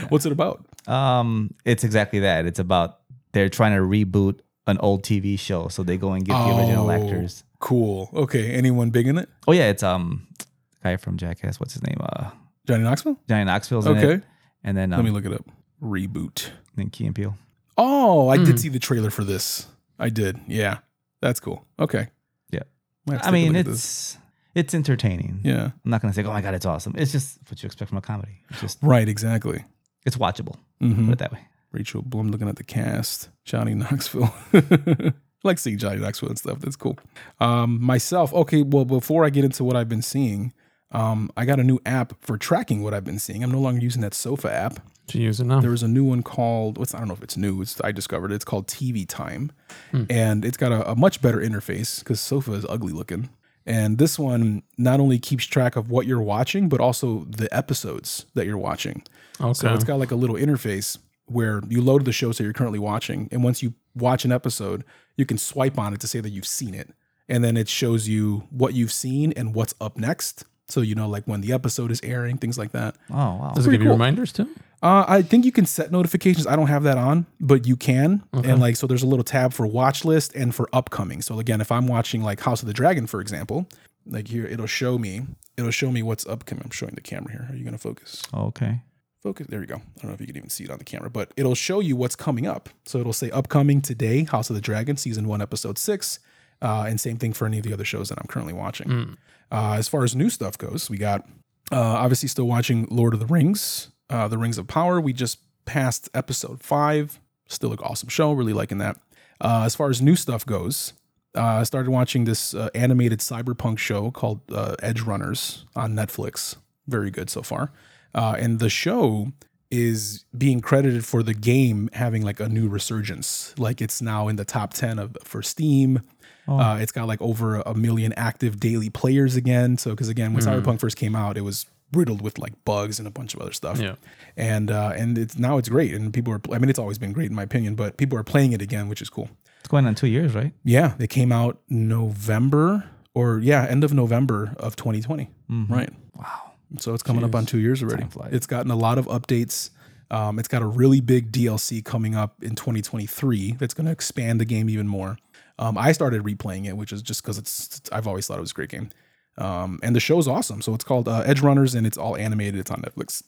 S2: What's it about?
S3: Um, it's exactly that. It's about they're trying to reboot an old TV show, so they go and get the original
S2: Oh.
S3: actors.
S2: Cool. Okay. Anyone big in it?
S3: Oh yeah, it's um guy from Jackass. What's his name? Uh,
S2: Johnny Knoxville?
S3: Johnny Knoxville's in
S2: Okay.
S3: it. And then
S2: Let me
S3: um,
S2: look it up. Reboot.
S3: then Key and Peele.
S2: Oh, I
S3: Hmm.
S2: did see the trailer for this. I did. Yeah. That's cool. Okay.
S3: Yeah.
S2: Might have to take
S3: I
S2: a
S3: mean,
S2: look at this.
S3: it's it's entertaining.
S2: yeah.
S3: I'm not gonna say, oh my god, it's awesome. It's just what you expect from a comedy. It's just
S2: Right. Exactly.
S3: it's watchable.
S2: hmm
S3: Put it that way.
S2: Rachel Bloom looking at the cast. Johnny <laughs> Knoxville. like seeing Johnny Knoxville and stuff. That's cool. Um, myself. Okay. Well, before I get into what I've been seeing, um, I got a new app for tracking what I've been seeing. I'm no longer using that sofa app.
S4: She use it now.
S2: There was a new one called what's I don't know if it's new. It's I discovered it. it's called TV Time, and it's got a, a much better interface because Sofa is ugly looking. And this one not only keeps track of what you're watching, but also the episodes that you're watching.
S4: Okay.
S2: So it's got like a little interface where you load the shows that you're currently watching, and once you watch an episode, you can swipe on it to say that you've seen it, and then it shows you what you've seen and what's up next. So you know like when the episode is airing, things like that.
S3: Oh wow.
S4: Does it give you
S2: cool.
S4: reminders too?
S2: Uh, I think you can set notifications. I don't have that on, but you can. And like, so there's a little tab for watch list and for upcoming. So again, if I'm watching like House of the Dragon, for example, like here, it'll show me, it'll show me what's upcoming. I'm showing the camera here. Are you going to focus?
S3: Okay.
S2: Focus. There you go. I don't know if you can even see it on the camera, but it'll show you what's coming up. So it'll say upcoming today, House of the Dragon, season one, episode six. Uh, and same thing for any of the other shows that I'm currently
S4: Mm.
S2: watching. Uh, as far as new stuff goes, we got uh, obviously still watching Lord of the Rings, uh, The Rings of Power. We just passed episode five. Still an awesome show. Really liking that. Uh, as far as new stuff goes, uh, I started watching this uh, animated cyberpunk show called uh, Edge Runners on Netflix. Very good so far. Uh, and the show is being credited for the game having like a new resurgence. Like it's now in the top 10 of for Steam. Uh, it's got like over a million active daily players again. So, because again, when Cyberpunk first came out, it was riddled with like bugs and a bunch of other stuff
S4: Yeah.
S2: and uh, and it's now it's great and people are I mean it's always been great in my opinion but people are playing it again which is cool
S3: It's going on two years, right?
S2: yeah they came out November or yeah end of November of 2020 right wow so it's coming up on two years already
S3: flies.
S2: it's gotten a lot of updates um, it's got a really big DLC coming up in 2023 that's going to expand the game even more um, I started replaying it which is just because it's I've always thought it was a great game um, and the show's awesome so it's called uh, Edge Runners and it's all animated it's on Netflix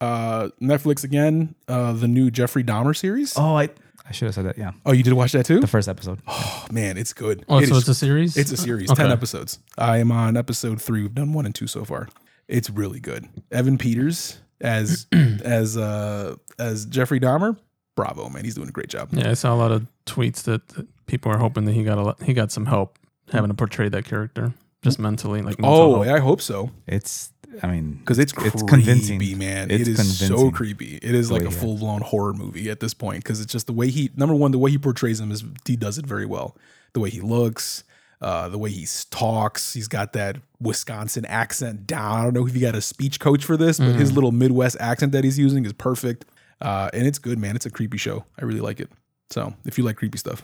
S2: uh, Netflix again, uh, the new Jeffrey Dahmer series. Oh,
S3: Oh, I I should have said that. Yeah,
S2: you did watch that too?
S3: the first episode.
S2: Oh man, it's good.
S4: Oh,
S2: It
S4: so
S2: is-
S4: it's a series.
S2: it's a series,
S4: Okay.
S2: ten episodes. I am on episode three. We've done one and two so far. It's really good. Evan Peters
S4: <clears throat>
S2: as as uh as Jeffrey Dahmer. Bravo, man, he's doing a great job.
S4: Yeah, I saw a lot of tweets that, that people are hoping that he got a lot, he got some help having to portray that character just mentally, like mental
S2: Oh,
S4: health.
S2: I hope so.
S3: It's I mean
S2: because it's creepy,
S3: It's convincing.
S2: man.
S3: It's
S2: It is so
S3: convincing. Oh,
S2: creepy. It is like a
S3: yeah.
S2: full blown horror movie at this point because it's just the way he number one the way he portrays him is he does it very well. The way he looks, uh, the way he talks, he's got that Wisconsin accent down. I don't know if you got a speech coach for this, but his
S3: Mm-hmm.
S2: little Midwest accent that he's using is perfect, uh, and it's good, man. It's a creepy show. I really like it. So if you like creepy stuff.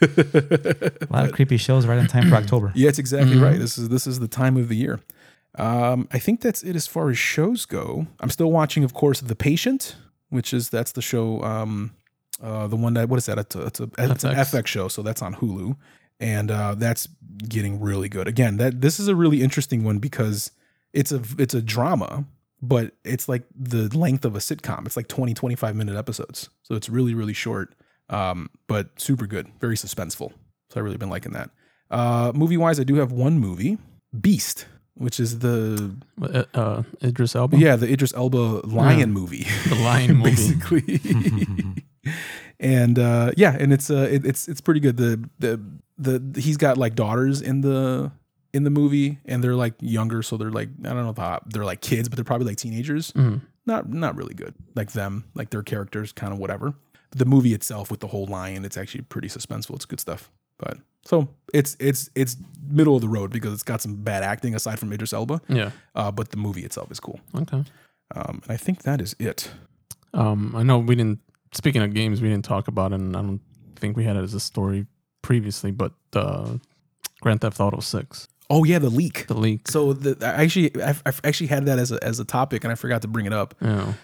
S2: <laughs>
S3: a lot of creepy shows right in time for October.
S2: Yeah, it's exactly right. This is this is the time of the year. Um, I think that's it as far as shows go. I'm still watching, of course, The Patient, which is that's the show, um, uh, the one that what is that? It's a, it's, a, it's an
S4: FX.
S2: FX show, so that's on Hulu, and uh, that's getting really good. Again, that this is a really interesting one because it's a it's a drama, but it's like the length of a sitcom. It's like 20 25 minute episodes, so it's really really short, um, but super good, very suspenseful. So I really been liking that. Uh, movie wise, I do have one movie, Beast, which is the
S4: Uh, uh, Idris Elba.
S2: yeah the Idris Elba lion movie, <laughs>
S4: the lion movie.
S2: basically. and uh, yeah, and it's uh, it, it's it's pretty good. The the the he's got like daughters in the in the movie, and they're like younger, so they're like I don't know how they're like kids, but they're probably like teenagers.
S4: Mm.
S2: Not not really good. Like them, like their characters, kind of whatever. The movie itself with the whole lion, it's actually pretty suspenseful. It's good stuff. But so it's it's it's middle of the road because it's got some bad acting aside from Idris Elba,
S4: Yeah.
S2: uh, but the movie itself is cool.
S4: Okay.
S2: Um, and I think that is it.
S4: Um, I know we didn't speaking of games, we didn't talk about, and I don't think we had it as a story previously, but uh, Grand Theft Auto Six,
S2: Oh yeah, the leak.
S4: the leak.
S2: So the, I actually I, I actually had that as a, as a topic and I forgot to bring it up
S4: yeah.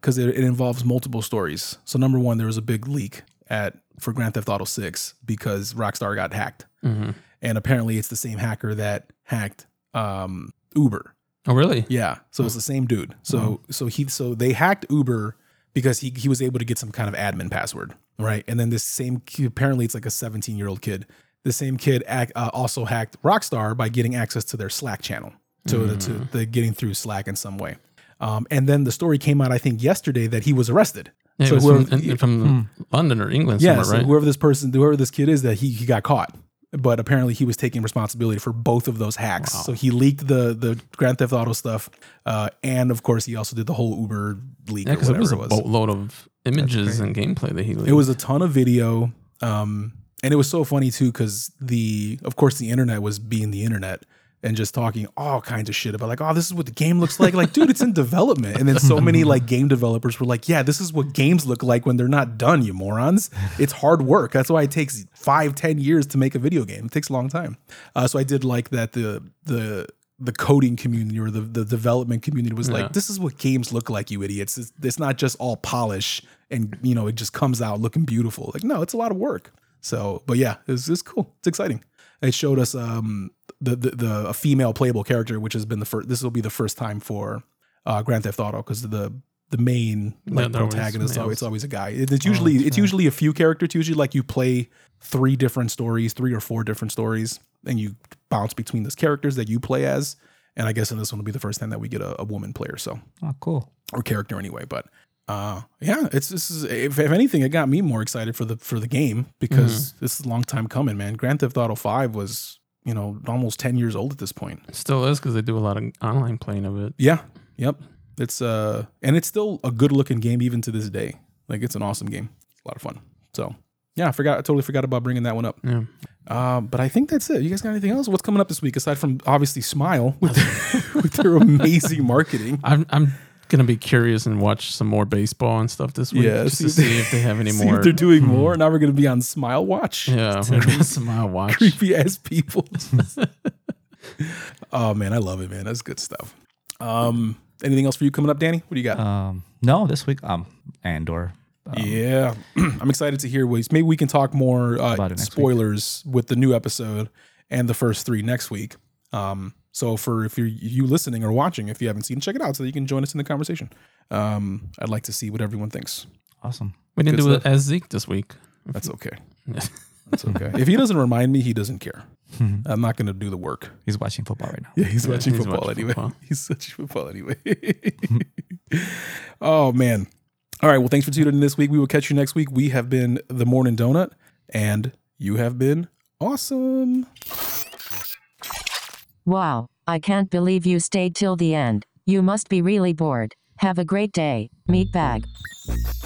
S2: because it, it involves multiple stories. So number one, there was a big leak at for Grand Theft Auto Six because Rockstar got hacked,
S4: Mhm.
S2: and apparently it's the same hacker that hacked um, Uber.
S4: Oh, really?
S2: Yeah, so it's the same dude. So so he so they hacked Uber because he he was able to get some kind of admin password, right? And then this same ki- apparently it's like a 17 year old kid. The same kid ac- uh, also hacked Rockstar by getting access to their Slack channel, to the, to
S4: Mm.
S2: the getting through Slack in some way. Um, and then the story came out, I think, yesterday that he was arrested.
S4: Yeah,
S2: so Hmm.
S4: it was
S2: whoever,
S4: from, in- from London or England
S2: yeah,
S4: somewhere,
S2: so
S4: right?
S2: whoever this person, whoever this kid is, that he he got caught. But apparently, he was taking responsibility for both of those hacks. So he leaked the the Grand Theft Auto stuff, uh, and of course, he also did the whole Uber leak
S4: yeah,
S2: or
S4: because it
S2: whatever
S4: was a boatload of images and gameplay that he leaked.
S2: it was a ton of video, um, and it was so funny too because the, of course, the internet was being the internet and just talking all kinds of shit about like, oh, this is what the game looks like. Like, dude, it's in development. And then so many like game developers were like, yeah, this is what games look like when they're not done, you morons. It's hard work. That's why it takes five, ten years to make a video game. It takes a long time. Uh, so I did like that the the the coding community or the, the development community was like, this is what games look like, you idiots. It's, it's not just all polish and you know it just comes out looking beautiful. Like, no, it's a lot of work. So, but yeah, it's it's cool. It's exciting. It showed us um the the, the a female playable character, which has been the first. This will be the first time for uh, Grand Theft Auto because the the main like
S4: they're always
S2: protagonist, so
S4: males.
S2: it's always a guy. It- It's usually it's usually a few characters. It's usually like you play three different stories, three or four different stories, and you bounce between those characters that you play as. And I guess in this one will be the first time that we get a, a woman player. So
S3: <laughs> Oh, cool.
S2: or character anyway. But uh, yeah, it's this is if, if anything, it got me more excited for the for the game because this is a long time coming, man. Grand Theft Auto Five was you know almost ten years old at this point.
S4: It still is because they do a lot of online playing of it.
S2: Yeah, yep. It's uh, and it's still a good looking game even to this day. Like it's an awesome game, a lot of fun. So yeah, I forgot. I totally forgot about bringing that one up.
S4: Yeah.
S2: Uh, but I think that's it. You guys got anything else? What's coming up this week aside from obviously Smile with their, <laughs> with their amazing marketing?
S4: I'm I'm gonna be curious and watch some more baseball and stuff this week
S2: Yeah,
S4: just
S2: see
S4: to
S2: if they-
S4: see if they have
S2: <laughs>
S4: any
S2: See
S4: more. Hmm.
S2: if they're doing more. Now we're gonna be on Smile Watch. <laughs>
S4: yeah, maybe <laughs> some I watch.
S2: creepy ass people. <laughs> oh man, I love it, man. That's good stuff. Um, anything else for you coming up, Danny? What do you got?
S3: Um, no, this week um Andor.
S2: yeah, <clears throat> I'm excited to hear ways. Maybe we can talk more
S3: About
S2: uh,
S3: it next week.
S2: spoilers with the new episode and the first three next week. Um, so for if you're you listening or watching, if you haven't seen, check it out so that you can join us in the conversation. Um, I'd like to see what everyone thinks.
S3: Awesome.
S4: We didn't
S2: Good
S4: do it
S2: stuff.
S4: as Zeke this week.
S2: That's
S3: <laughs>
S2: okay. That's okay. if he doesn't remind me, he doesn't care. I'm not going to do the work.
S3: He's watching football right now.
S2: Yeah, he's watching
S4: he's
S2: football
S4: watching
S2: anyway.
S4: football.
S2: <laughs> He's watching football anyway. <laughs> oh man. All right. Well, thanks for tuning in this week. We will catch you next week. We have been the Morning Donut, and you have been awesome.
S1: Wow, I can't believe you stayed till the end. You must be really bored. Have a great day, meatbag.